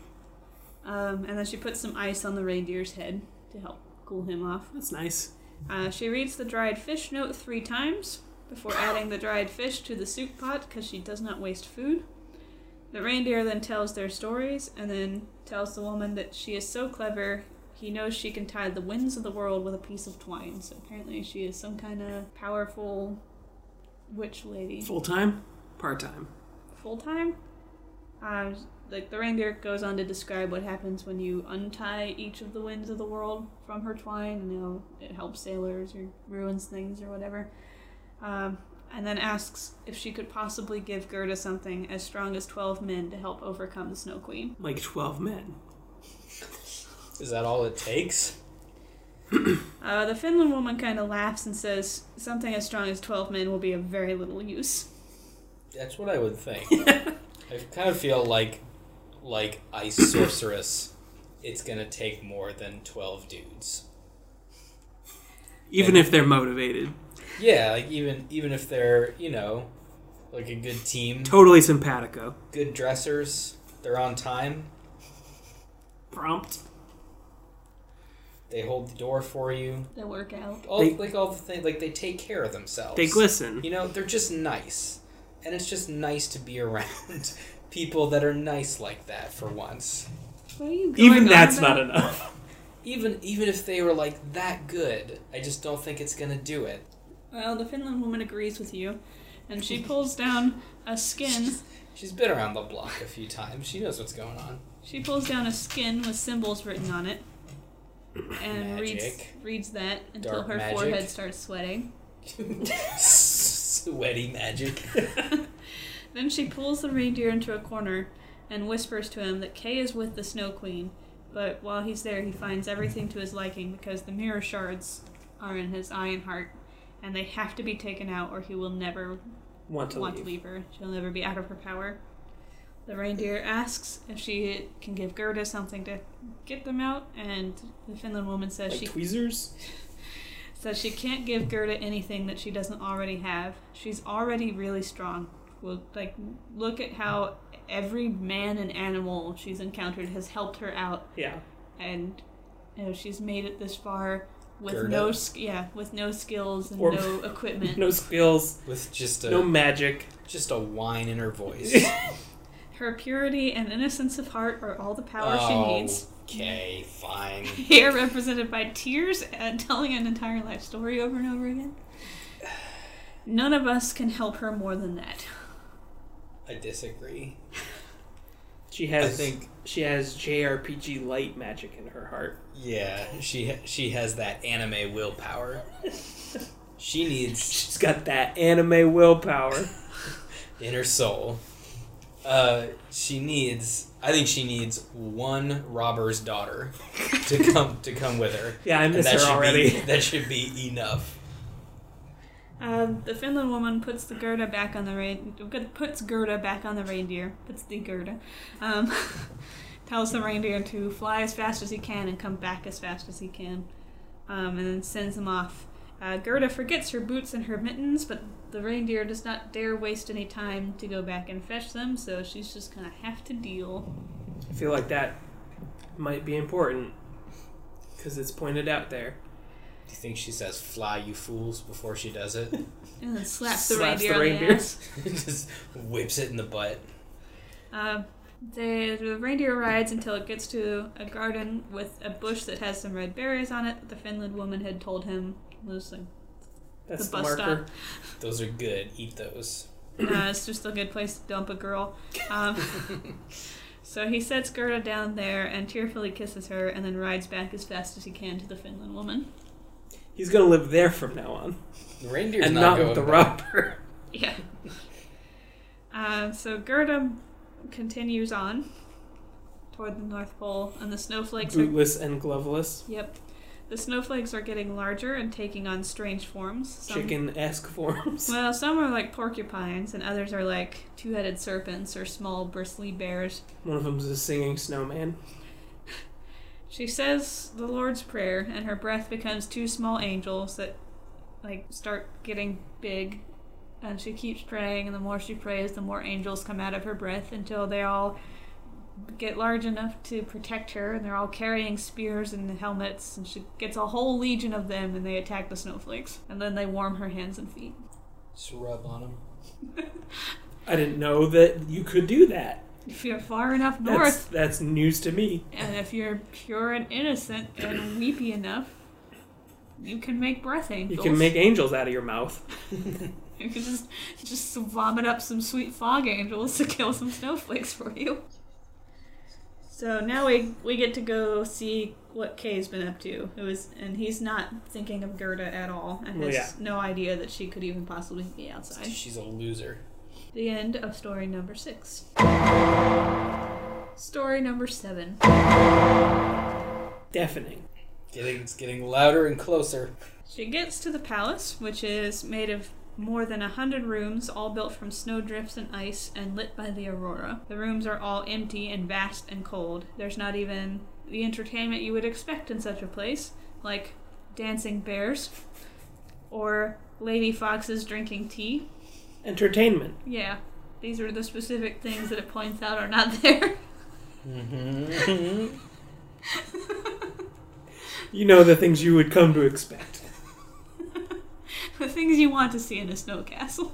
S3: Um, and then she puts some ice on the reindeer's head to help cool him off.
S1: That's nice.
S3: Uh, she reads the dried fish note three times before adding the dried fish to the soup pot because she does not waste food. The reindeer then tells their stories and then tells the woman that she is so clever, he knows she can tie the winds of the world with a piece of twine. So apparently, she is some kind of powerful witch lady.
S1: Full time, part time.
S3: Full time? Um, like, the reindeer goes on to describe what happens when you untie each of the winds of the world from her twine. You know, it helps sailors or ruins things or whatever. Um, and then asks if she could possibly give Gerda something as strong as 12 men to help overcome the Snow Queen.
S1: Like 12 men.
S4: Is that all it takes?
S3: Uh, the Finland woman kind of laughs and says, Something as strong as 12 men will be of very little use.
S4: That's what I would think. I kind of feel like, like ice sorceress, it's gonna take more than twelve dudes.
S1: Even if they're motivated.
S4: Yeah, like even even if they're you know, like a good team,
S1: Totally simpatico.
S4: good dressers, they're on time,
S1: Prompt.
S4: they hold the door for you.
S3: They work out.
S4: All
S1: They-
S4: like all the things, like they take care of themselves.
S1: They glisten.
S4: You know, they're just nice, and it's just nice to be around people that are nice like that for once.
S3: What are you going
S1: Even
S3: on
S1: that's
S3: about?
S1: not enough.
S4: even even if they were like that good, I just don't think it's gonna do it.
S3: Well, the Finland woman agrees with you, and she pulls down a skin.
S4: She's been around the block a few times. She knows what's going on.
S3: She pulls down a skin with symbols written on it, and reads
S4: Magic.
S3: reads that until
S4: Dark
S3: her
S4: magic.
S3: forehead starts sweating.
S4: Sweaty magic.
S3: Then she pulls the reindeer into a corner and whispers to him that Kay is with the Snow Queen, but while he's there, he finds everything to his liking because the mirror shards are in his eye and heart, and they have to be taken out or he will never
S1: Want to
S3: want to
S1: leave.
S3: leave her. She'll never be out of her power. The reindeer asks if she can give Gerda something to get them out, and the Finland woman says
S1: Like
S3: she
S1: tweezers?
S3: says she can't give Gerda anything that she doesn't already have. She's already really strong. Well, like look at how every man and animal she's encountered has helped her out,
S1: Yeah.
S3: and you know, she's made it this far with
S4: Gerda?
S3: no sk- yeah with no skills and
S1: Or-
S3: no equipment.
S1: No skills,
S4: With just a
S1: no magic.
S4: just a whine in her voice.
S3: Her purity and innocence of heart are all the power
S1: Oh.
S3: she needs.
S4: Okay, fine.
S3: Here, represented by tears and telling an entire life story over and over again. None of us can help her more than that.
S4: I disagree.
S1: She has
S4: I think-
S1: she has JRPG light magic in her heart.
S4: Yeah, she she has that anime willpower. She needs
S1: She's got that anime willpower.
S4: in her soul. Uh, she needs. I think she needs one robber's daughter to come to come with her.
S1: Yeah, I
S4: And
S1: miss
S4: that
S1: her
S4: should
S1: already.
S4: Be, that should be enough.
S3: Um, the Finland woman puts the Gerda back on the rein. Puts Gerda back on the reindeer. Puts the Gerda. Um, tells the reindeer to fly as fast as he can and come back as fast as he can, um, and then sends him off. Uh, Gerda forgets her boots and her mittens, but the reindeer does not dare waste any time to go back and fetch them, so she's just gonna have to deal.
S1: I feel like that might be important because it's pointed out there.
S4: Do you think she says "fly, you fools" before she does it?
S3: And then slaps the
S1: Slaps
S3: reindeer
S1: the
S3: on
S1: reindeer.
S3: the ass.
S4: Just whips it in the butt.
S3: Uh, the, the reindeer rides until it gets to a garden with a bush that has some red berries on it. that The Finland woman had told him loosely.
S1: That's
S3: The
S1: the,
S3: bus
S1: marker.
S4: Those are good. Eat those.
S3: Uh, it's just a good place to dump a girl. Um, so he sets Gerda down there and tearfully kisses her, and then rides back as fast as he can to the Finland woman.
S1: He's gonna live there from now on,
S4: The reindeer's
S1: and not,
S4: not,
S1: with the
S4: going
S1: robber.
S3: Yeah. uh, so Gerda continues on toward the North Pole, and the snowflakes are
S1: Bootless and gloveless,
S3: Yep. The snowflakes are getting larger and taking on strange forms. Some,
S1: chicken-esque forms.
S3: Well, some are like porcupines, and others are like two headed serpents or small, bristly bears.
S1: One of them's a singing snowman.
S3: She says the Lord's Prayer, and her breath becomes two small angels that, like, start getting big. And she keeps praying, and the more she prays, the more angels come out of her breath until they all get large enough to protect her, and they're all carrying spears and helmets. And she gets a whole legion of them, and they attack the snowflakes. And then they warm her hands and feet.
S4: Just rub on them.
S1: I didn't know that you could do that.
S3: If you're far enough
S1: That's,
S3: north,
S1: that's news to me.
S3: and if you're pure and innocent and weepy enough, you can make breath
S1: You
S3: angels.
S1: can make angels out of your mouth.
S3: You can just just vomit up some sweet fog angels to kill some snowflakes for you. So now we we get to go see what Kay's been up to. It was and he's not thinking of Gerda at all and
S1: Well,
S3: has
S1: yeah.
S3: no idea that she could even possibly be outside.
S4: She's a loser.
S3: The end of story number six. Story number seven.
S1: Deafening.
S4: Getting it's getting louder and closer.
S3: She gets to the palace, which is made of more than a hundred rooms, all built from snowdrifts and ice and lit by the aurora. The rooms are all empty and vast and cold. There's not even the entertainment you would expect in such a place, like dancing bears or lady foxes drinking tea.
S1: Entertainment.
S3: Yeah, these are the specific things that it points out are not there.
S1: You know the things you would come to expect.
S3: the things you want to see in a snow castle.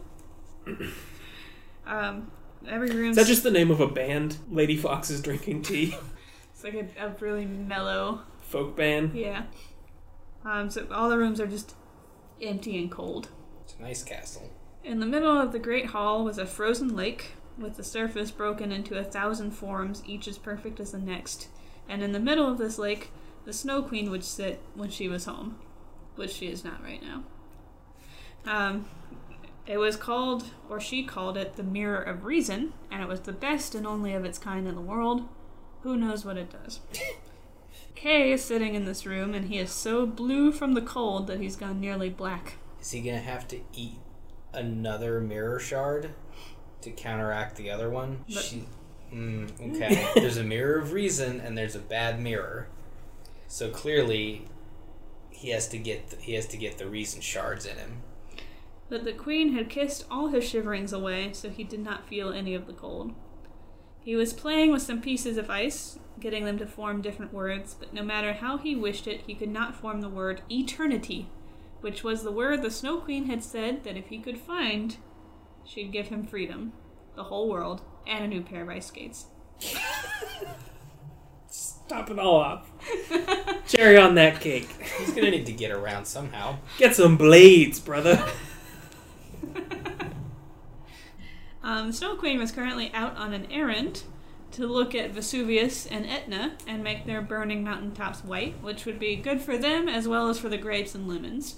S3: um, every room
S1: Is that just the name of a band? Lady Fox is drinking tea.
S3: It's like a, a really mellow,
S1: Folk band.
S3: yeah. Um, so all the rooms are just empty and cold.
S4: It's a nice castle.
S3: In the middle of the great hall was a frozen lake, with the surface broken into a thousand forms, each as perfect as the next. And in the middle of this lake, the Snow Queen would sit when she was home, which she is not right now. Um, it was called, or she called it, the Mirror of Reason, and it was the best and only of its kind in the world. Who knows what it does? Kay is sitting in this room, and he is so blue from the cold that he's gone nearly black.
S4: Is he gonna have to eat another mirror shard to counteract the other one? She, mm, okay. there's a mirror of reason and there's a bad mirror. So clearly, he has to get the, he has to get the reason shards in him.
S3: But the queen had kissed all his shiverings away, so he did not feel any of the cold. He was playing with some pieces of ice, getting them to form different words, but no matter how he wished it, he could not form the word eternity, which was the word the Snow Queen had said that if he could find, she'd give him freedom, the whole world, and a new pair of ice skates.
S1: Top it all off. Cherry on that cake.
S4: He's gonna need to get around somehow.
S1: Get some blades, brother.
S3: Um, the Snow Queen was currently out on an errand to look at Vesuvius and Etna and make their burning mountaintops white, which would be good for them as well as for the grapes and lemons.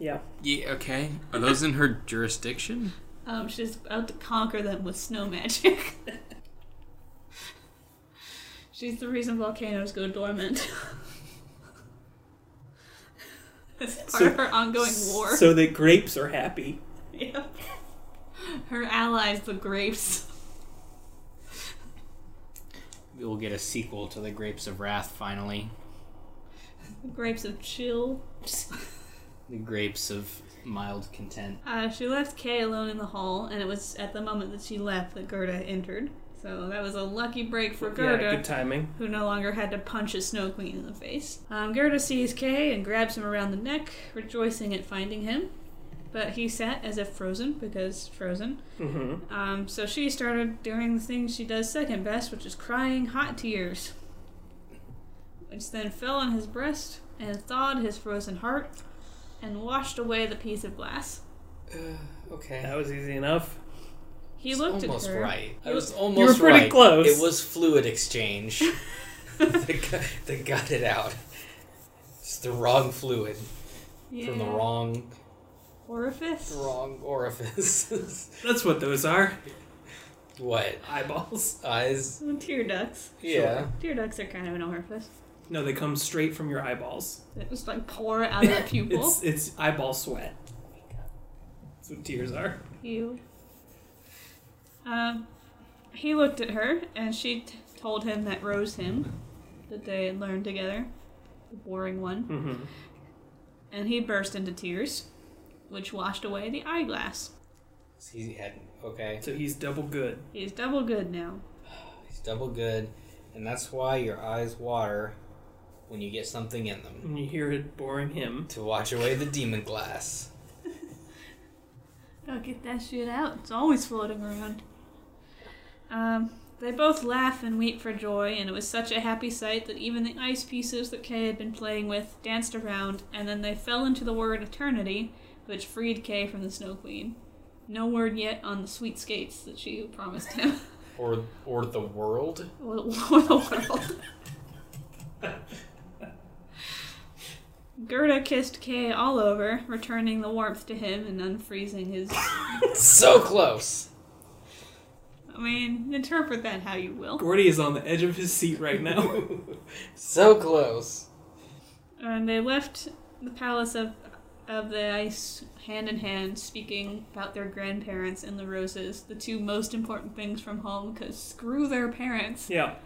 S1: Yeah.
S5: Yeah, okay. Are those in her jurisdiction?
S3: Um, she's out to conquer them with snow magic. she's the reason volcanoes go dormant. It's part
S1: So-
S3: of her ongoing war.
S1: So that grapes are happy.
S3: Yep. Her allies, the grapes.
S5: We'll get a sequel to The Grapes of Wrath finally.
S3: The grapes of chill.
S5: The Grapes of Mild Content.
S3: Uh, she left Kay alone in the hall, and it was at the moment that she left that Gerda entered. So that was a lucky break for Gerda,
S1: Yeah, good timing.
S3: who no longer had to punch a snow queen in the face. Um, Gerda sees Kay and grabs him around the neck, rejoicing at finding him. But he sat as if frozen, because frozen.
S1: hmm
S3: Um, so she started doing the thing she does second best, which is crying hot tears. Which then fell on his breast and thawed his frozen heart and washed away the piece of glass.
S4: Okay.
S1: That was easy enough.
S3: He looked at
S4: almost
S3: her.
S4: right. I was almost
S1: were pretty
S4: right.
S1: close.
S4: It was fluid exchange. they, got, they got it out. It's the wrong fluid from the
S3: Yeah.
S4: wrong
S3: orifice.
S4: wrong orifice.
S1: That's what those are.
S4: what
S1: Eyeballs.
S4: eyes?
S3: Oh, Tear ducts.
S4: Yeah.
S3: Tear ducts are kind of an orifice.
S1: No, they come straight from your eyeballs.
S3: It just like pour out of the pupil.
S1: It's it's eyeball sweat. That's what tears are.
S3: you. Um, he looked at her, and she t- told him that rose hymn that they had learned together, the boring one,
S1: Mm-hmm.
S3: and he burst into tears, which washed away the eyeglass.
S4: He had okay.
S1: So he's double good.
S3: He's double good now.
S4: He's double good, and that's why your eyes water when you get something in them
S1: When you hear it boring him,
S4: to watch away the demon glass.
S3: Gotta get that shit out. It's always floating around. Um, they both laugh and weep for joy, and it was such a happy sight that even the ice pieces that Kay had been playing with danced around, and then they fell into the word eternity, which freed Kay from the Snow Queen. No word yet on the sweet skates that she promised him,
S4: Or or the world.
S3: or the world. Gerda kissed Kay all over, returning the warmth to him and unfreezing his.
S4: So close.
S3: I mean, interpret that how you will.
S1: Gordy is on the edge of his seat right now.
S4: So close.
S3: And they left the palace of of the ice hand in hand, speaking about their grandparents and the roses, the two most important things from home, because screw their parents.
S1: yeah.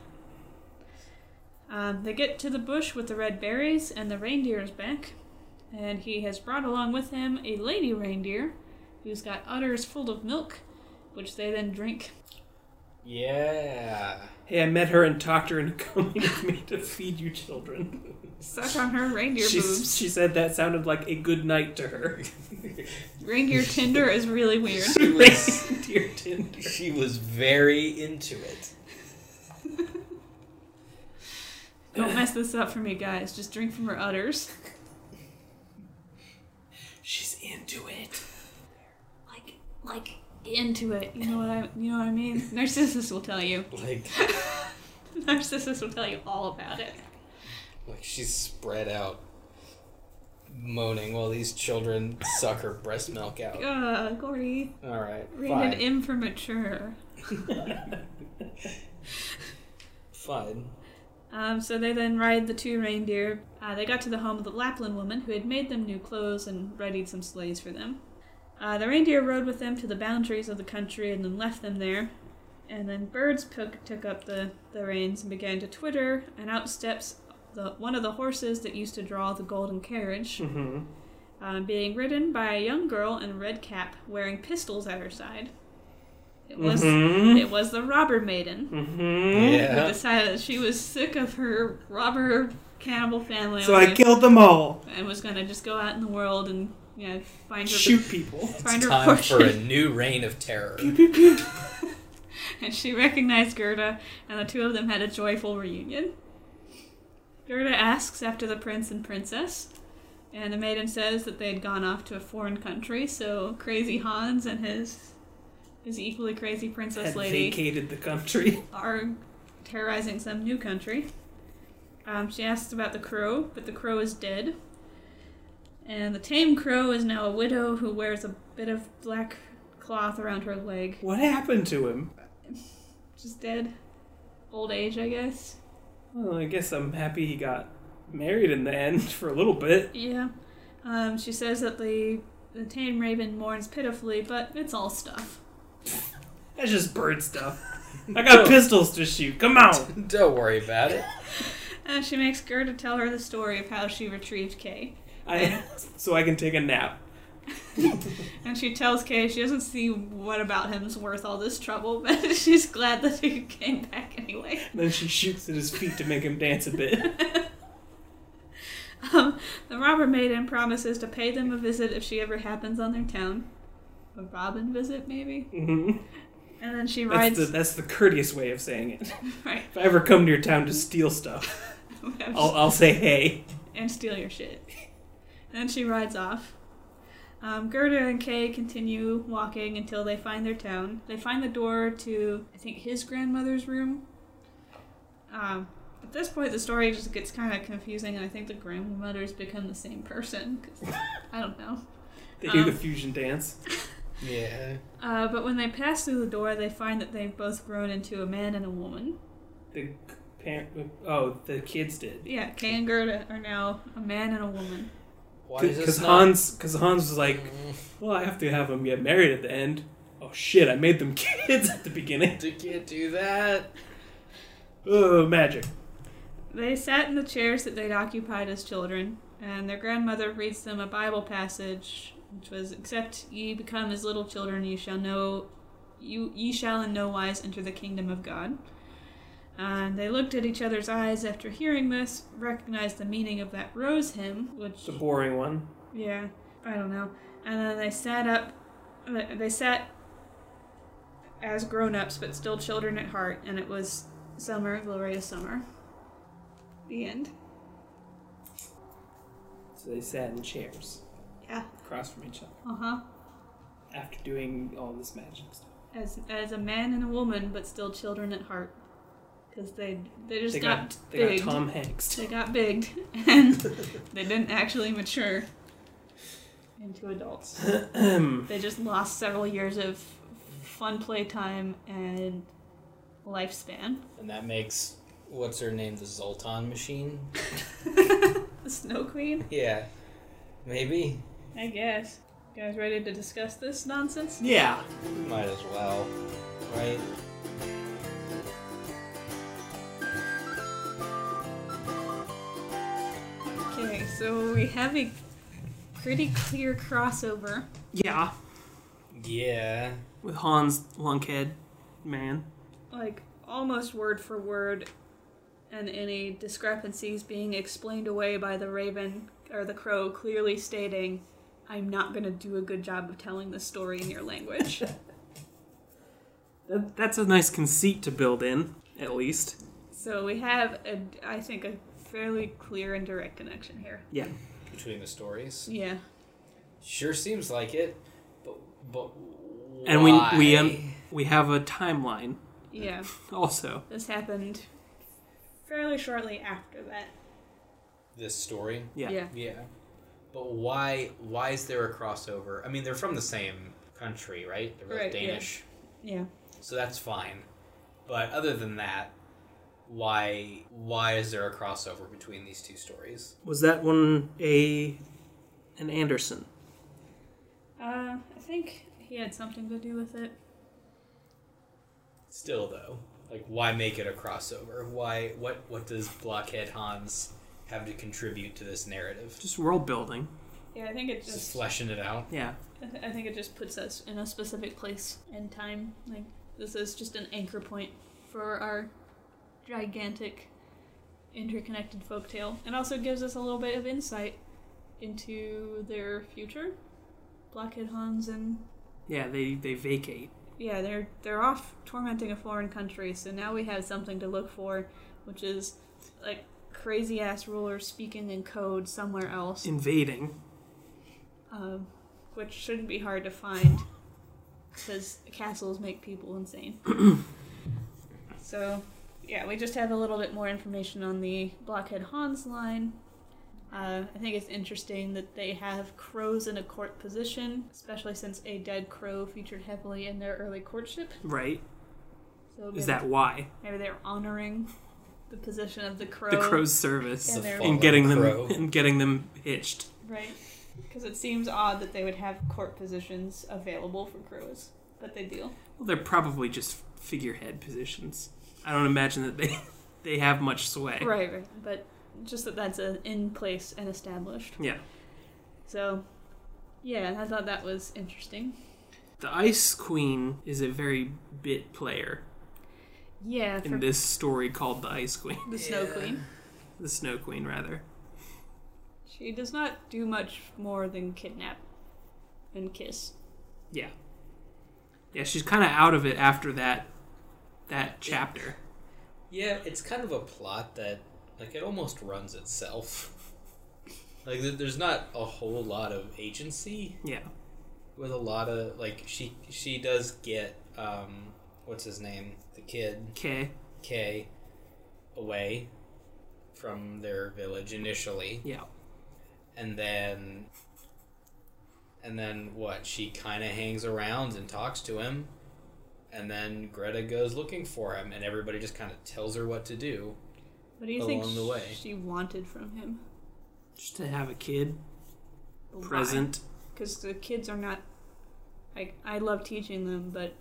S3: Um, they get to the bush with the red berries, and the reindeer is back. And he has brought along with him a lady reindeer who's got udders full of milk, which they then drink.
S4: Yeah.
S1: Hey, I met her and talked her into coming with me to feed you children.
S3: Suck on her reindeer
S1: She,
S3: boobs.
S1: she said that sounded like a good night to her.
S3: Reindeer Tinder is really weird.
S4: She was
S1: Dear Tinder.
S4: she was very into it.
S3: Don't mess this up for me, guys. Just drink from her udders.
S1: She's into it.
S3: like like into it. You know what I you know what I mean? Narcissus will tell you.
S4: Like
S3: Narcissus will tell you all about it.
S4: like she's spread out moaning while these children suck her breast milk out.
S3: Ugh, Gordy.
S4: Alright.
S3: Rated
S4: Fine.
S3: M for mature.
S4: Fine.
S3: Um, so they then ride the two reindeer. Uh, they got to the home of the Lapland woman, who had made them new clothes and readied some sleighs for them. Uh, the reindeer rode with them to the boundaries of the country and then left them there. And then birds took, took up the, the reins and began to twitter, and out steps the, one of the horses that used to draw the golden carriage, um, being ridden by a young girl in a red cap wearing pistols at her side. It was, it was the robber maiden
S1: Hmm?
S3: who
S4: Yeah.
S3: decided that she was sick of her robber cannibal family
S1: So
S3: and
S1: I
S3: was-
S1: killed them all.
S3: and was going to just go out in the world and you know find her
S1: Shoot people.
S3: find her
S4: Time
S3: fortune.
S4: for a new reign of terror.
S3: and she recognized Gerda, and the two of them had a joyful reunion. Gerda asks after the prince and princess, and the maiden says that they had gone off to a foreign country, so crazy Hans and his his equally crazy princess
S1: Had
S3: lady
S1: vacated the country.
S3: are terrorizing some new country. Um, she asks about the crow, but the crow is dead. And the tame crow is now a widow who wears a bit of black cloth around her leg.
S1: What happened to him?
S3: Just dead. Old age, I guess.
S1: Well, I guess I'm happy he got married in the end for a little bit.
S3: Yeah. Um, she says that the, the tame raven mourns pitifully, but it's all stuff.
S1: That's just bird stuff. I got pistols to shoot. Come on.
S4: Don't worry about it.
S3: And Uh, she makes Gerda tell her the story of how she retrieved Kay.
S1: I so I can take a nap.
S3: And she tells Kay she doesn't see what about him is worth all this trouble, but she's glad that he came back anyway.
S1: Then she shoots at his feet to make him dance a bit.
S3: Um, the robber maiden promises to pay them a visit if she ever happens on their town. A robin visit, maybe?
S1: hmm
S3: And then she
S1: That's
S3: rides.
S1: the that's the courteous way of saying it.
S3: Right.
S1: If I ever come to your town to steal stuff, I'll, I'll say hey.
S3: and steal your shit. And then she rides off. Um, Gerda and Kay continue walking until they find their town. They find the door to, I think, his grandmother's room. Um, at this point, the story just gets kind of confusing, and I think the grandmothers become the same person. 'cause- I don't know.
S1: They do the
S3: Um.
S1: fusion dance.
S4: Yeah.
S3: Uh, but when they pass through the door, they find that they've both grown into a man and a woman.
S1: The parent. Oh, the kids did.
S3: Yeah, Kay and Gerda are now a man and a woman.
S4: Why is
S1: Because
S4: this not Mm.
S1: Hans, because Hans was like, "Well, I have to have them get married at the end." Oh shit! I made them kids at the beginning.
S4: You can't do that.
S1: Oh, magic.
S3: They sat in the chairs that they'd occupied as children, and their grandmother reads them a Bible passage, which was, "Except ye become as little children, ye shall know, you ye shall in no wise enter the kingdom of God." And they looked at each other's eyes after hearing this, recognized the meaning of that rose hymn, which
S1: The boring one.
S3: yeah, I don't know. And then they sat up. They sat as grown ups but still children at heart, and it was summer, glorious summer. The end.
S1: So they sat in chairs
S3: Yeah.
S1: across from each other
S3: Uh huh.
S1: after doing all this magic stuff.
S3: As as a man and a woman, but still children at heart, because they they just
S1: They
S3: got,
S1: got, they
S3: bigged.
S1: got Tom Hanks.
S3: They got bigged, and they didn't actually mature into adults. they just lost several years of fun playtime and lifespan.
S4: And that makes what's her name the Zoltan machine?
S3: The Snow Queen,
S4: Yeah. Maybe.
S3: I guess. You guys ready to discuss this nonsense?
S5: Yeah.
S4: Might as well. Right?
S3: Okay, so we have a pretty clear crossover.
S1: Yeah.
S4: Yeah.
S1: With Hans Lunkhead man.
S3: like almost word for word and any discrepancies being explained away by the raven or the crow clearly stating i'm not going to do a good job of telling this story in your language
S1: That, that's a nice conceit to build in, at least.
S3: so we have a, i think a fairly clear and direct connection here
S1: Yeah.
S4: Between the stories.
S3: yeah
S4: Sure seems like it. But but
S1: And we we um,
S4: why?
S1: we have a timeline
S3: yeah
S1: also.
S3: this happened fairly shortly after that
S4: this story.
S1: Yeah.
S4: Yeah. But why why is there a crossover? I mean, they're from the same country, right? They're both
S3: Right, yeah.
S4: Danish.
S3: yeah
S4: So that's fine. But other than that, why why is there a crossover between these two stories?
S1: Was that one a an Anderson?
S3: uh, i think he had something to do with it
S4: Still though, like why make it a crossover? Why what what does Blockhead Hans have to contribute to this narrative?
S1: Just world building.
S3: yeah i think it
S4: Just fleshing it out.
S1: Yeah.
S3: I th- I think it just puts us in a specific place and time. Like this is just an anchor point for our gigantic interconnected folktale. And also gives us a little bit of insight into their future. Blockhead Hans and
S1: Yeah, they they vacate.
S3: yeah, they're they're off tormenting a foreign country, so now we have something to look for, which is like crazy ass rulers speaking in code somewhere else.
S1: Invading.
S3: um, which shouldn't be hard to find because castles make people insane. so, yeah, we just have a little bit more information on the Blockhead Hans line. Uh, I think it's interesting that they have crows in a court position, especially since a dead crow featured heavily in their early courtship.
S1: Right.
S3: So maybe,
S1: Is that why?
S3: maybe they're honoring the position of the crow,
S1: The crow's service.
S3: Yeah.
S4: It's a
S3: And
S4: fallen
S1: And getting them
S4: crow.
S1: and getting them hitched.
S3: right? Because it seems odd that they would have court positions available for crows, but they do.
S1: Well, they're probably just figurehead positions. I don't imagine that they they have much sway.
S3: Right, right. But just that that's a, in place and established.
S1: Yeah.
S3: So, yeah, I thought that was interesting.
S1: The Ice Queen is a very bit player
S3: Yeah, for
S1: in this story called the Ice Queen,
S3: the Snow Queen.
S1: the Snow Queen rather.
S3: She does not do much more than kidnap and kiss.
S1: Yeah. Yeah, she's kind of out of it after that that chapter.
S4: Yeah, it's kind of a plot that like it almost runs itself. Like th- there's not a whole lot of agency
S1: Yeah.
S4: with a lot of like she she does get um what's his name the kid
S1: Okay.
S4: K away from their village initially
S1: Yeah.
S4: and then and then what she kind of hangs around and talks to him and then Greta goes looking for him and everybody just kind of tells her what to do
S3: What do you think
S4: Along the way.
S3: she wanted from him?
S1: Just to have a kid present.
S3: Because the kids are not. Like, I love teaching them, but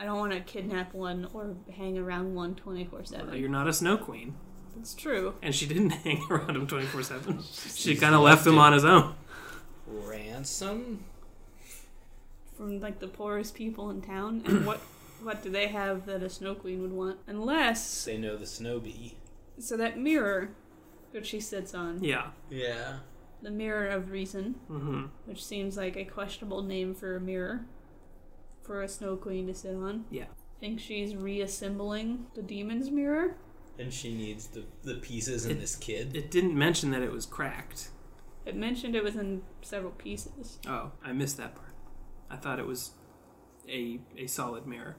S3: I don't want to kidnap one or hang around one 24
S1: Well,
S3: 7.
S1: uh, You're not a Snow Queen.
S3: It's true.
S1: And she didn't hang around him 24 7. She kind of left him on his own.
S4: ransom
S3: from like the poorest people in town and what what do they have that a snow queen would want unless
S4: They know the snow bee.
S3: so that mirror which she sits on
S1: Yeah.
S4: Yeah.
S3: the mirror of reason
S1: Mm hmm.
S3: which seems like a questionable name for a mirror for a snow queen to sit on.
S1: Yeah.
S3: I think she's reassembling the demon's mirror.
S4: And she needs the, the pieces in this kid.
S1: It didn't mention that it was cracked.
S3: It mentioned it was in several pieces.
S1: Oh, I missed that part. I thought it was a a solid mirror.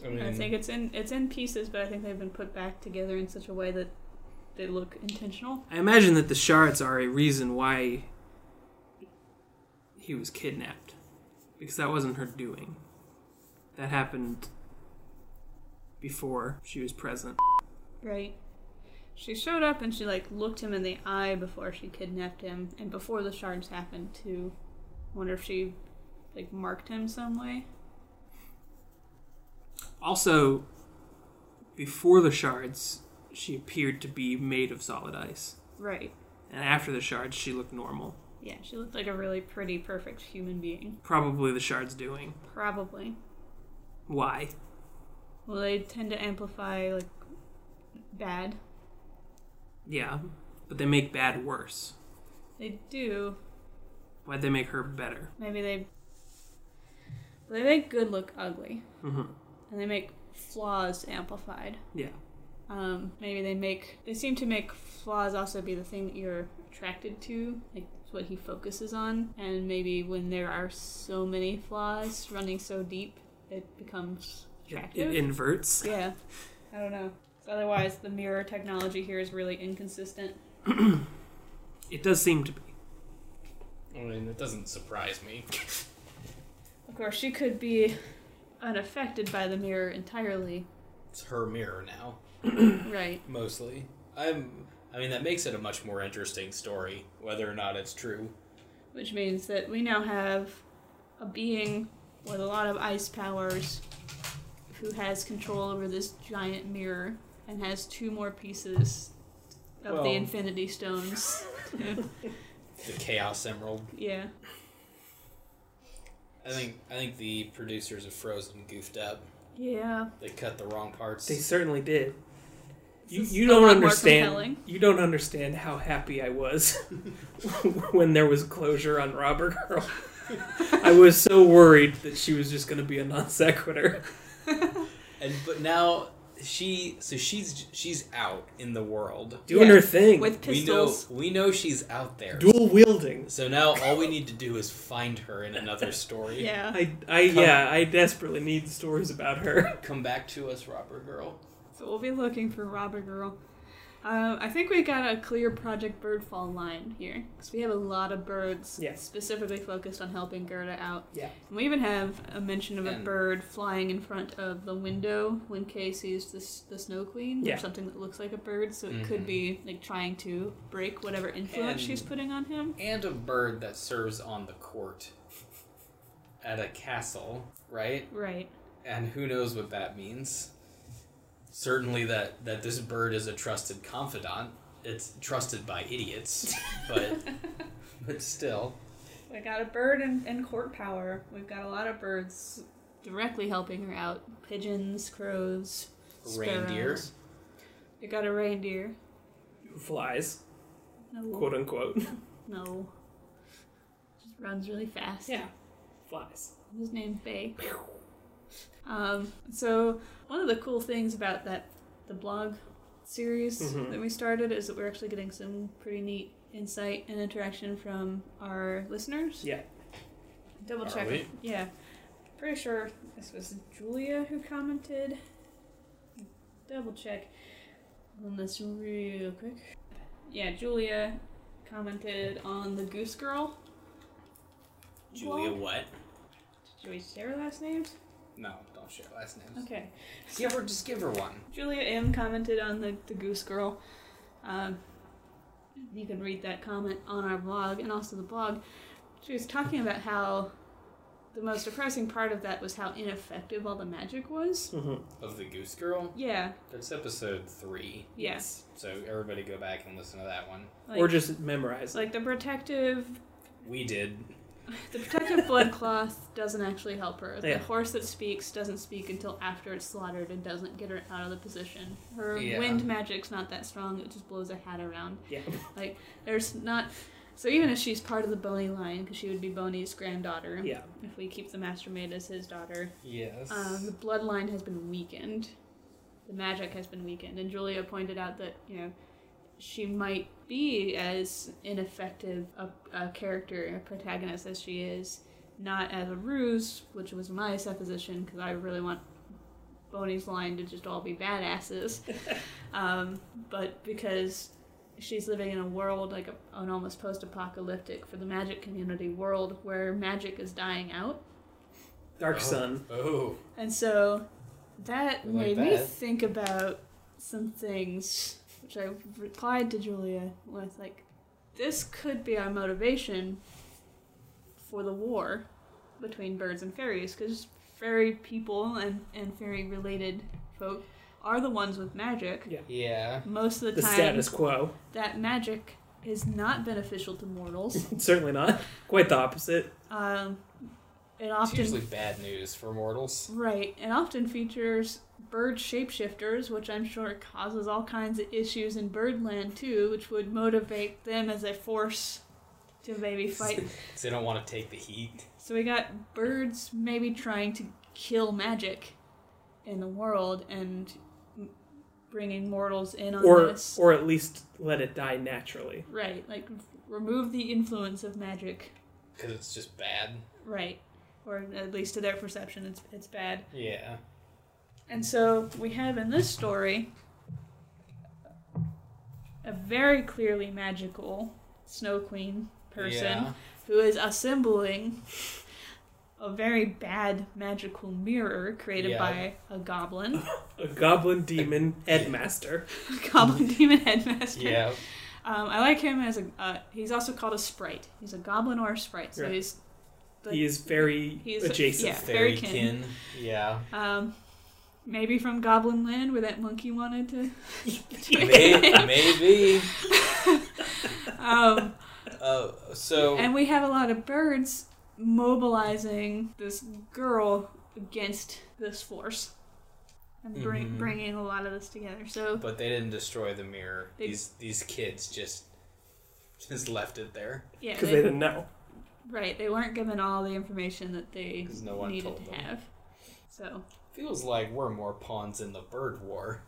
S4: I
S3: I
S1: Mm.
S4: mean,
S3: think it's in it's in pieces, but I think they've been put back together in such a way that they look intentional.
S1: I imagine that the shards are a reason why he was kidnapped. Because that wasn't her doing. That happened before she was present.
S3: Right. She showed up and she like looked him in the eye before she kidnapped him and before the shards happened too. Wonder if she like marked him some way.
S1: Also, before the shards, she appeared to be made of solid ice.
S3: Right.
S1: And after the shards, she looked normal.
S3: Yeah, she looked like a really pretty, perfect human being.
S1: Probably the shards doing.
S3: Probably.
S1: Why?
S3: Well, they tend to amplify like bad.
S1: Yeah, but they make bad worse.
S3: They do.
S1: Why'd they make her better?
S3: Maybe they. They make good look ugly,
S1: Mhm.
S3: and they make flaws amplified.
S1: Yeah.
S3: Um, maybe they make they seem to make flaws also be the thing that you're attracted to, like it's what he focuses on. And maybe when there are so many flaws running so deep, it becomes
S1: It,
S3: attractive.
S1: it inverts.
S3: yeah, I don't know. 'Cause Otherwise, the mirror technology here is really inconsistent.
S1: It does seem to be.
S4: I mean, it doesn't surprise me.
S3: Of course, she could be unaffected by the mirror entirely.
S4: It's her mirror now,
S3: Right.
S4: mostly. I'm. I mean, that makes it a much more interesting story, whether or not it's true.
S3: Which means that we now have a being with a lot of ice powers who has control over this giant mirror and has two more pieces of
S4: Well-
S3: the infinity stones.
S4: The Chaos Emerald.
S3: yeah.
S4: I think. I think the producers of Frozen goofed up.
S3: Yeah.
S4: They cut the wrong parts.
S1: They certainly did. You,
S3: This is
S1: you
S3: a
S1: don't
S3: lot more
S1: understand.
S3: compelling.
S1: You don't understand how happy I was when there was closure on Robber Girl. I was so worried that she was just going to be a non sequitur.
S4: And but now she. So she's she's out in the world.
S1: Doing
S3: Yeah.
S1: her thing.
S3: With
S4: We know.
S3: pistols.
S4: We know she's out there.
S1: dual wielding.
S4: So now all we need to do is find her in another story.
S3: Yeah.
S1: I, I yeah, I desperately need stories about her.
S4: Come back to us, robber girl.
S3: So we'll be looking for Robber Girl. Um, I think we got a clear Project Birdfall line here because we have a lot of birds
S1: Yes.
S3: specifically focused on helping Gerda out.
S1: Yeah.
S3: And we even have a mention of a
S4: And-
S3: bird flying in front of the window when Kay sees this the Snow Queen
S1: Yeah.
S3: or something that looks like a bird. So it could
S4: Mhm.
S3: be like trying to break whatever influence she's
S4: And-
S3: putting on him.
S4: And a bird that serves on the court at a castle, right?
S3: Right.
S4: And who knows what that means? Certainly that that this bird is a trusted confidant. It's trusted by idiots, but but still.
S3: We got a bird and, and court power. We've got a lot of birds directly helping her out. Pigeons, crows,
S4: Reindeer.
S3: sparrows. We got a reindeer.
S1: Flies,
S3: No.
S1: quote unquote.
S3: No. Just runs really fast.
S1: Flies.
S3: His name's Bay. Um, so one of the cool things about that the blog series
S4: Mm-hmm.
S1: Mhm.
S3: that we started is that we're actually getting some pretty neat insight and interaction from our listeners.
S1: Yeah.
S3: Double
S4: Are
S3: check.
S4: we?
S3: Yeah. Pretty sure this was Julia who commented. Double check on this real quick. Yeah, Julia commented on the Goose Girl.
S4: Julia
S3: blog.
S4: what?
S3: Should we share last names?
S4: No, don't share last names.
S3: Okay.
S4: Give her just give her one.
S3: Julia M commented on the, the Goose Girl. Um, you can read that comment on our blog and also the blog. She was talking about how the most depressing part of that was how ineffective all the magic was.
S4: Of the goose girl?
S3: Yeah,
S4: That's episode three.
S3: yes.
S4: So everybody go back and listen to that one.
S3: Like,
S1: or just memorize.
S3: like the protective
S4: We did.
S3: the protective blood cloth doesn't actually help her. The
S1: Yeah.
S3: horse that speaks doesn't speak until after it's slaughtered and doesn't get her out of the position. Her
S4: Yeah.
S3: wind magic's not that strong, it just blows a hat around.
S1: yeah.
S3: There's not So even if she's part of the Boney line, because she would be Boney's granddaughter,
S1: Yeah.
S3: if we keep the Master Maid as his daughter,
S4: Yes.
S3: um, the bloodline has been weakened. The magic has been weakened. And Julia pointed out that, you know, she might be as ineffective a, a character, a protagonist as she is, not as a ruse, which was my supposition, because I really want Boney's line to just all be badasses. um, but because she's living in a world, like a, an almost post apocalyptic, for the magic community world, where magic is dying out.
S1: Dark Sun.
S4: oh,
S3: And so that
S4: You like
S3: made me
S4: that?
S3: think about some things, which I replied to Julia with, like, this could be our motivation for the war between birds and fairies, because fairy people and, and fairy related folk are the ones with magic.
S4: yeah.
S3: Most of the,
S1: The
S3: time,
S1: status quo.
S3: that magic is not beneficial to mortals.
S1: Certainly not. Quite the opposite.
S3: um, it
S4: It's
S3: often
S4: usually bad news for mortals.
S3: Right, and often features bird shapeshifters, which I'm sure causes all kinds of issues in Birdland too, which would motivate them as a force to maybe fight.
S4: 'Cause they don't want to take the heat.
S3: so we got birds maybe trying to kill magic in the world and m- bringing mortals in on
S1: Or
S3: this.
S1: or at least let it die naturally.
S3: right, like remove the influence of magic.
S4: Because it's just bad.
S3: Right, or at least to their perception, it's it's bad.
S4: Yeah.
S3: And so we have in this story a very clearly magical Snow Queen person
S4: Yeah.
S3: who is assembling a very bad magical mirror created
S4: Yeah.
S3: by a goblin,
S1: A goblin demon headmaster.
S3: a goblin demon headmaster.
S4: Yeah.
S3: Um, I like him as a. Uh, he's also called a sprite. He's a goblin or a sprite, so
S1: Right.
S3: he's. Like,
S1: He is very
S3: He is-
S1: adjacent.
S3: yeah.
S4: Fairy
S3: Fairykin.
S4: kin. Yeah.
S3: Um, maybe from Goblin Land, where that monkey wanted to.
S4: May- maybe.
S3: Um,
S4: Uh, so
S3: And we have a lot of birds mobilizing this girl against this force and bring,
S4: Mhm.
S3: bringing a lot of this together. So,
S4: But they didn't destroy the mirror.
S3: They-
S4: these these kids just just left it there
S3: yeah,
S1: Because
S3: they,
S1: they didn't know.
S3: right, they weren't given all the information that they
S4: 'Cause no one
S3: needed
S4: told
S3: to
S4: them.
S3: have. So,
S4: Feels like we're more pawns in the bird war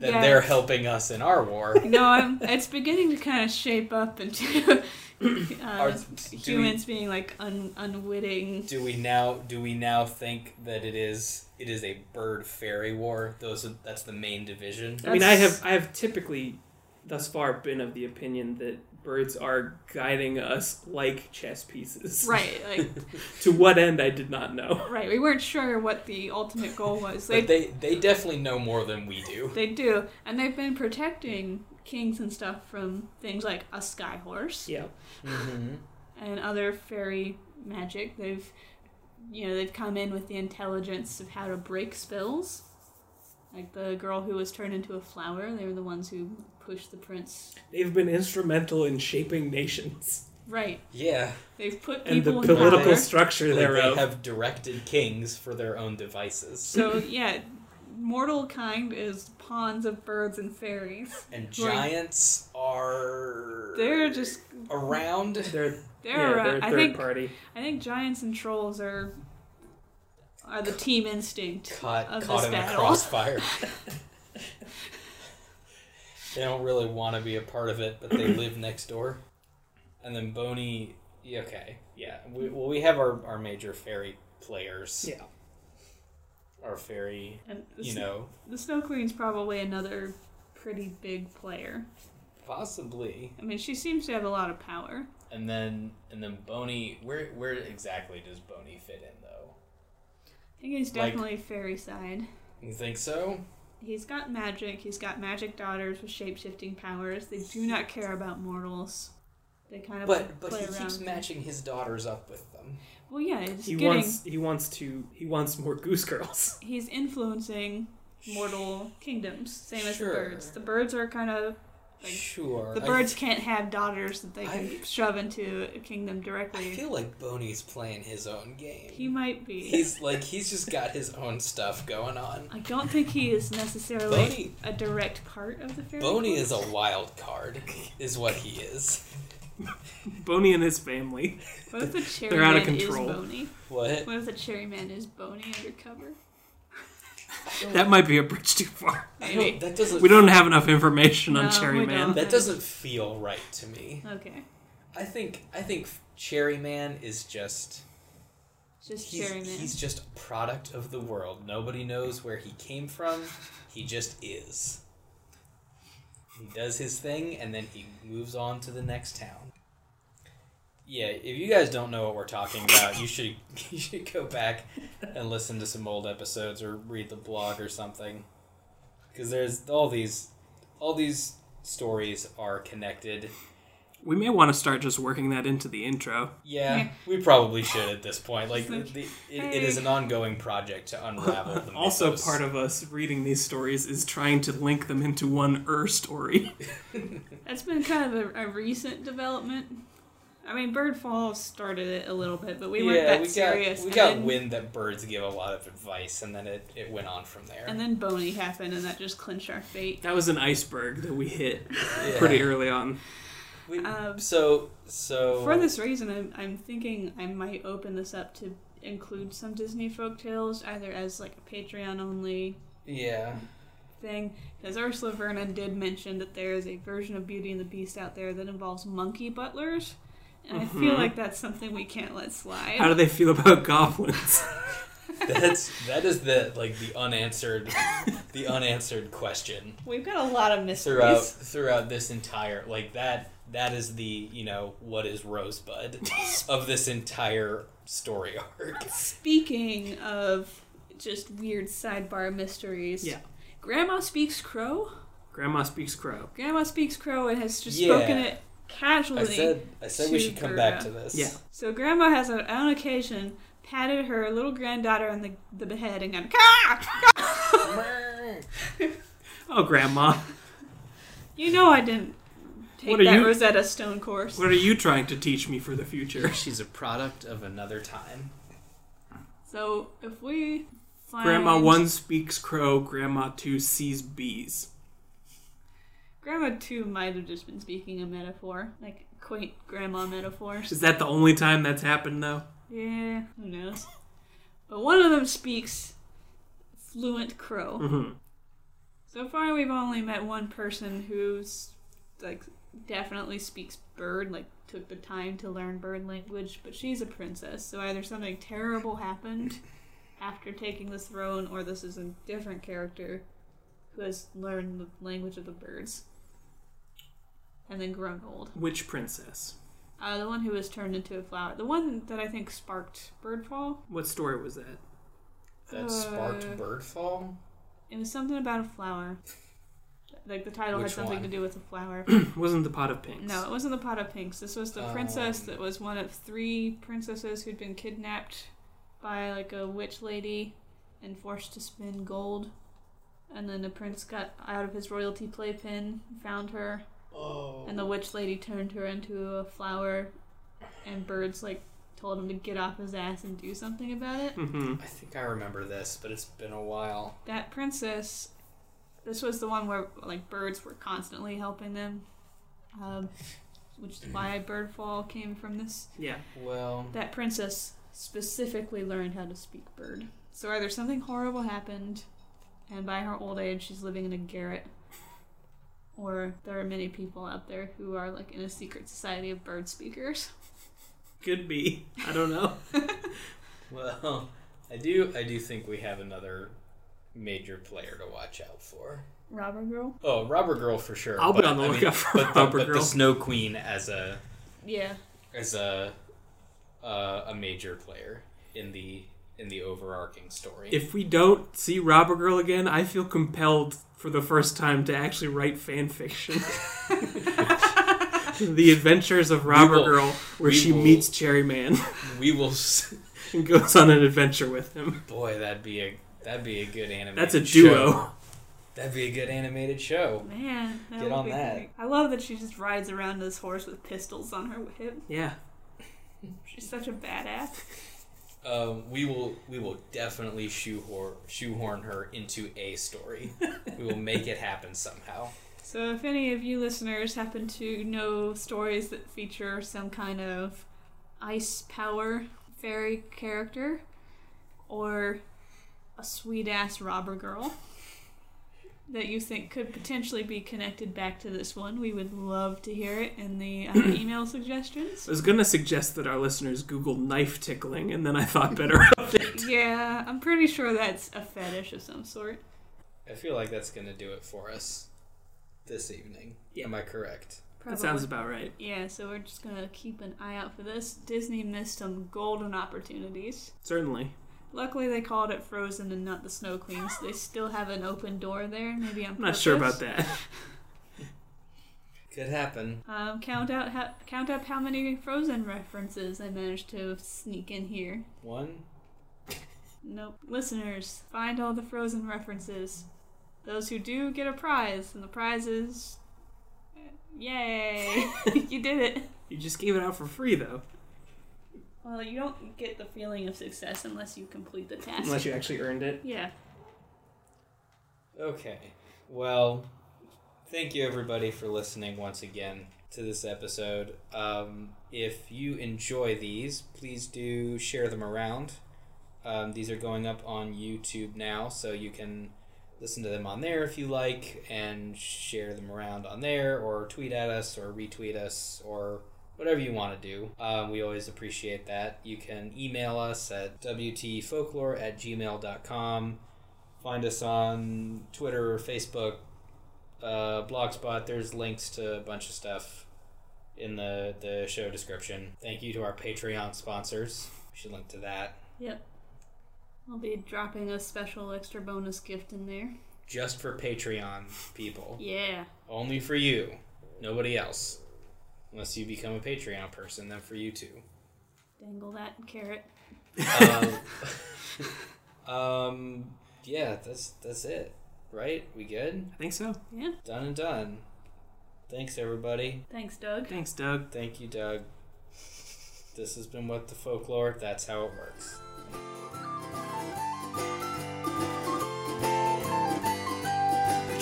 S4: than
S3: Yeah.
S4: they're helping us in our war.
S3: no, I'm, it's beginning to kind of shape up into
S4: Are-
S3: uh,
S4: do we-
S3: humans being like un, unwitting.
S4: Do we now do we now think that it is it is a bird fairy war? Those are, that's the main division.
S1: I mean, I
S3: That's-
S1: have I have typically thus far been of the opinion that birds are guiding us like chess pieces.
S3: Right, like
S1: to what end I did not know.
S3: right. We weren't sure what the ultimate goal was. They
S4: But they they definitely know more than we do.
S3: They do, and they've been protecting kings and stuff from things like a sky horse
S1: Yeah.
S4: Mm-hmm.
S3: and other fairy magic. They've, you know, they've come in with the intelligence of how to break spells. Like the girl who was turned into a flower, they were the ones who pushed the prince.
S1: They've been instrumental in shaping nations
S3: Right.
S4: Yeah,
S3: They've put
S1: and the
S3: people in
S1: political
S3: power.
S1: structure
S4: like they
S1: thereof.
S4: have directed kings for their own devices
S3: So yeah, mortal kind is pawns of birds and fairies.
S4: and giants are
S3: They're just
S4: around.
S1: they're,
S3: they're,
S1: yeah,
S3: uh,
S1: they're a
S3: I
S1: third
S3: think
S1: party.
S3: I think giants and trolls are are the team instinct.
S4: caught
S3: of
S4: caught
S3: this
S4: in a
S3: battle.
S4: crossfire. they don't really want to be a part of it, but they live next door. And then Boney, yeah, okay, yeah. We, well, we have our, our major fairy players,
S1: Yeah.
S4: our fairy,
S3: And the,
S4: you
S3: s-
S4: know,
S3: the Snow Queen's probably another pretty big player.
S4: possibly.
S3: I mean, she seems to have a lot of power.
S4: And then and then Boney, where where exactly does Boney fit in though?
S3: I think he's
S4: Like-
S3: definitely fairy side.
S4: You think so?
S3: He's got magic. He's got magic daughters with shape shifting powers. They do not care about mortals. They kind of
S4: But but
S3: play
S4: he
S3: around.
S4: keeps matching his daughters up with them.
S3: well, yeah, he's
S1: He
S3: getting.
S1: wants he wants to he wants more goose girls.
S3: He's influencing mortal kingdoms, same as the
S4: Sure.
S3: birds. The birds are kind of Like,
S4: Sure,
S3: The
S4: I
S3: birds can't have daughters that they can
S4: I-
S3: shove into a kingdom
S4: I
S3: directly.
S4: feel like Boney's playing his own game.
S3: he might be.
S4: He's like he's just got his own stuff going on.
S3: I don't think he is necessarily
S4: Boney
S3: a direct part of the fairy.
S4: Boney
S3: court.
S4: is a wild card, is what he is.
S1: Boney and his family.
S3: What if the cherry
S1: They're out of
S3: man
S1: control.
S3: is bony?
S4: What?
S3: What if the cherry man is bony undercover?
S1: That might be a bridge too far.
S4: I don't, that doesn't.
S1: We don't have enough information on
S3: No,
S1: Cherry
S3: we
S1: Man.
S3: don't.
S4: That doesn't feel right to me.
S3: Okay,
S4: I think. I think Cherry Man is just.
S3: just
S4: He's,
S3: cherry man.
S4: he's just a product of the world. Nobody knows where he came from. He just is. He does his thing and then he moves on to the next town. Yeah, if you guys don't know what we're talking about, you should you should go back and listen to some old episodes or read the blog or something. Cuz there's all these all these stories are connected.
S1: We may want to start just working that into the intro.
S4: Yeah,
S3: Yeah.
S4: we probably should at this point. Like the,
S3: It's
S4: the, it, it is an ongoing project to unravel the
S1: Also,
S4: mythos.
S1: part of us reading these stories is trying to link them into one er story.
S3: That's been kind of a, a recent development. I mean, Bird Falls started it a little bit, but we weren't that
S4: we
S3: serious.
S4: Got, we
S3: and
S4: got
S3: then,
S4: wind that birds give a lot of advice, and then it, it went on from there.
S3: and then Boney happened, and that just clinched our fate.
S1: That was an iceberg that we hit
S4: Yeah.
S1: pretty early on.
S4: We-
S3: Um,
S4: so so
S3: For this reason, I'm, I'm thinking I might open this up to include some Disney folktales, either as like a Patreon only
S4: yeah
S3: thing, because Ursula Vernon did mention that there is a version of Beauty and the Beast out there that involves monkey butlers, and I feel
S4: Mm-hmm.
S1: Mhm.
S3: like that's something we can't let slide.
S1: How do they feel about goblins?
S4: that's that is the like the unanswered the unanswered question
S3: We've got a lot of
S4: throughout
S3: mysteries.
S4: throughout this entire like that that is the you know what is Rosebud of this entire story arc.
S3: Speaking of just weird sidebar mysteries,
S1: Yeah.
S3: Grandma speaks crow.
S1: Grandma speaks crow.
S3: Grandma speaks crow and has just
S4: Yeah.
S3: spoken it casually.
S4: I said I said we
S3: to
S4: should come
S3: Gerda.
S4: back to this.
S1: Yeah.
S3: So grandma has on, on occasion patted her little granddaughter on the, the head and gone, "Caw! Caw!"
S1: Oh, Grandma,
S3: You know I didn't take
S1: What are
S3: that
S1: you-
S3: Rosetta Stone course.
S1: what are you trying to teach me for the future?
S4: She's a product of another time.
S3: So if we find
S1: Grandma 1 speaks crow, Grandma 2 sees bees.
S3: Grandma two might have just been speaking a metaphor, like quaint grandma metaphors.
S1: Is that the only time that's happened, though?
S3: Yeah, who knows? But one of them speaks fluent crow.
S1: Mhm.
S3: So far, we've only met one person who's like definitely speaks bird, like took the time to learn bird language. But she's a princess, so either something terrible happened after taking the throne, or this is a different character who has learned the language of the birds and then grown old.
S1: Which princess?
S3: Uh, the one who was turned into a flower. The one that I think sparked Birdfall.
S1: What story was that?
S4: That sparked
S3: Uh,
S4: Birdfall.
S3: It was something about a flower. Like the title
S4: Which
S3: had something
S4: one?
S3: to do with a flower.
S1: Wasn't the Pot of Pinks?
S3: no, it wasn't the pot of pinks. This was
S4: Oh.
S3: the princess that was one of three princesses who'd been kidnapped by like a witch lady and forced to spin gold. And then the prince got out of his royalty playpen, found her,
S4: Oh.
S3: and the witch lady turned her into a flower. And birds like told him to get off his ass and do something about it.
S1: Mm-hmm.
S4: I think I remember this, but it's been a while.
S3: that princess this was the one where like birds were constantly helping them um, which is why birdfall came from this
S1: Yeah.
S4: Well,
S3: that princess specifically learned how to speak bird so either something horrible happened and by her old age she's living in a garret or there are many people out there who are like in a secret society of bird speakers
S1: Could be. I don't know.
S4: well, I do, I do think we have another major player to watch out for.
S3: robber girl
S4: Oh, Robber Girl for sure.
S1: I'll be
S4: but,
S1: on the
S4: I mean,
S1: lookout for
S4: but the,
S1: Robber
S4: but
S1: Girl.
S4: the Snow Queen as a
S3: yeah
S4: as a uh, a major player in the in the overarching story.
S1: if we don't see Robber Girl again, I feel compelled for the first time to actually write fan fiction. the Adventures of Robber
S4: will-
S1: Girl, where
S4: we
S1: she
S4: will-
S1: meets Cherry Man
S4: we will, s-
S1: and goes on an adventure with him.
S4: boy, that'd be a that'd be a good animated.
S1: That's a
S4: show.
S1: duo.
S4: That'd be a good animated show.
S3: man that
S4: Get
S3: would
S4: on
S3: be
S4: that.
S3: great. i love that she just rides around this horse with pistols on her hip
S1: Yeah.
S3: she's such a badass
S4: Um, we will we will definitely shoehorn shoehorn her into a story. we will make it happen somehow.
S3: So, if any of you listeners happen to know stories that feature some kind of ice power fairy character or a sweet ass robber girl that you think could potentially be connected back to this one, we would love to hear it in the uh, email suggestions.
S1: I was gonna suggest that our listeners Google knife tickling, and then I thought better of it.
S3: Yeah, I'm pretty sure that's a fetish of some sort.
S4: I feel like that's going to do it for us this evening.
S1: Yeah.
S4: Am I correct?
S1: That sounds about right.
S3: Yeah, so we're just gonna keep an eye out for this. Disney missed some golden opportunities.
S1: Certainly.
S3: Luckily, they called it Frozen and not the Snow Queen, so they still have an open door there. Maybe I'm
S1: I'm not sure about that.
S4: Could happen.
S3: Um, count out, how, count up how many Frozen references I managed to sneak in here.
S4: One.
S3: Nope. Listeners, find all the Frozen references. Those who do get a prize, and the prize is, uh, yay! you did it.
S1: You just gave it out for free though,
S3: Well, you don't get the feeling of success unless you complete the task.
S1: unless you actually earned it.
S3: yeah.
S4: Okay. Well, thank you everybody for listening once again to this episode. Um, if you enjoy these, please do share them around. Um, these are going up on YouTube now, so you can listen to them on there if you like and share them around on there or tweet at us or retweet us or whatever you want to do. Um, we always appreciate that. You can email us at wtfolklore at gmail.com find us on Twitter, Facebook, uh, Blogspot. There's links to a bunch of stuff in the, the show description. Thank you to our Patreon sponsors. We should link to that
S3: Yep. I'll be dropping a special extra bonus gift in there.
S4: just for Patreon people.
S3: Yeah.
S4: Only for you, nobody else. Unless you become a Patreon person, then for you too.
S3: Dangle that carrot.
S4: Um, um, yeah, that's that's it, right? We good?
S1: I think so.
S3: Yeah.
S4: Done and done. Thanks everybody.
S3: Thanks, Doug.
S1: Thanks, Doug.
S4: Thank you, Doug. This has been What the Folklore. That's how it works.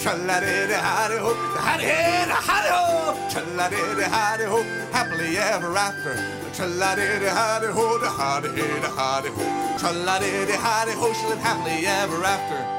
S2: Tra-la-di-di-hi-di-ho, hi-di-hi-di-hi-di-ho. Tra-la-di-di-hi-di-ho, happily ever after. Tra-la-di-di-hi-di-ho, da-hi-di-hi-di-ho. Tra-la-di-di-hi-di-ho, she lived happily ever after.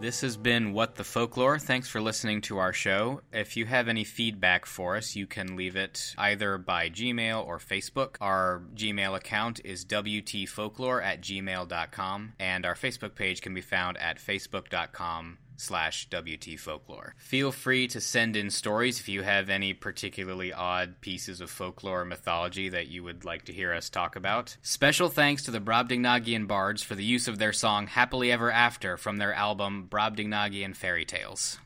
S5: This has been What the Folklore. Thanks for listening to our show. If you have any feedback for us, you can leave it either by Gmail or Facebook. Our Gmail account is wtfolklore at gmail.com, and our Facebook page can be found at facebook.com slash wtfolklore. Feel free to send in stories if you have any particularly odd pieces of folklore or mythology that you would like to hear us talk about. Special thanks to the Brobdingnagian bards for the use of their song Happily Ever After from their album Brobdingnagian Fairy Tales.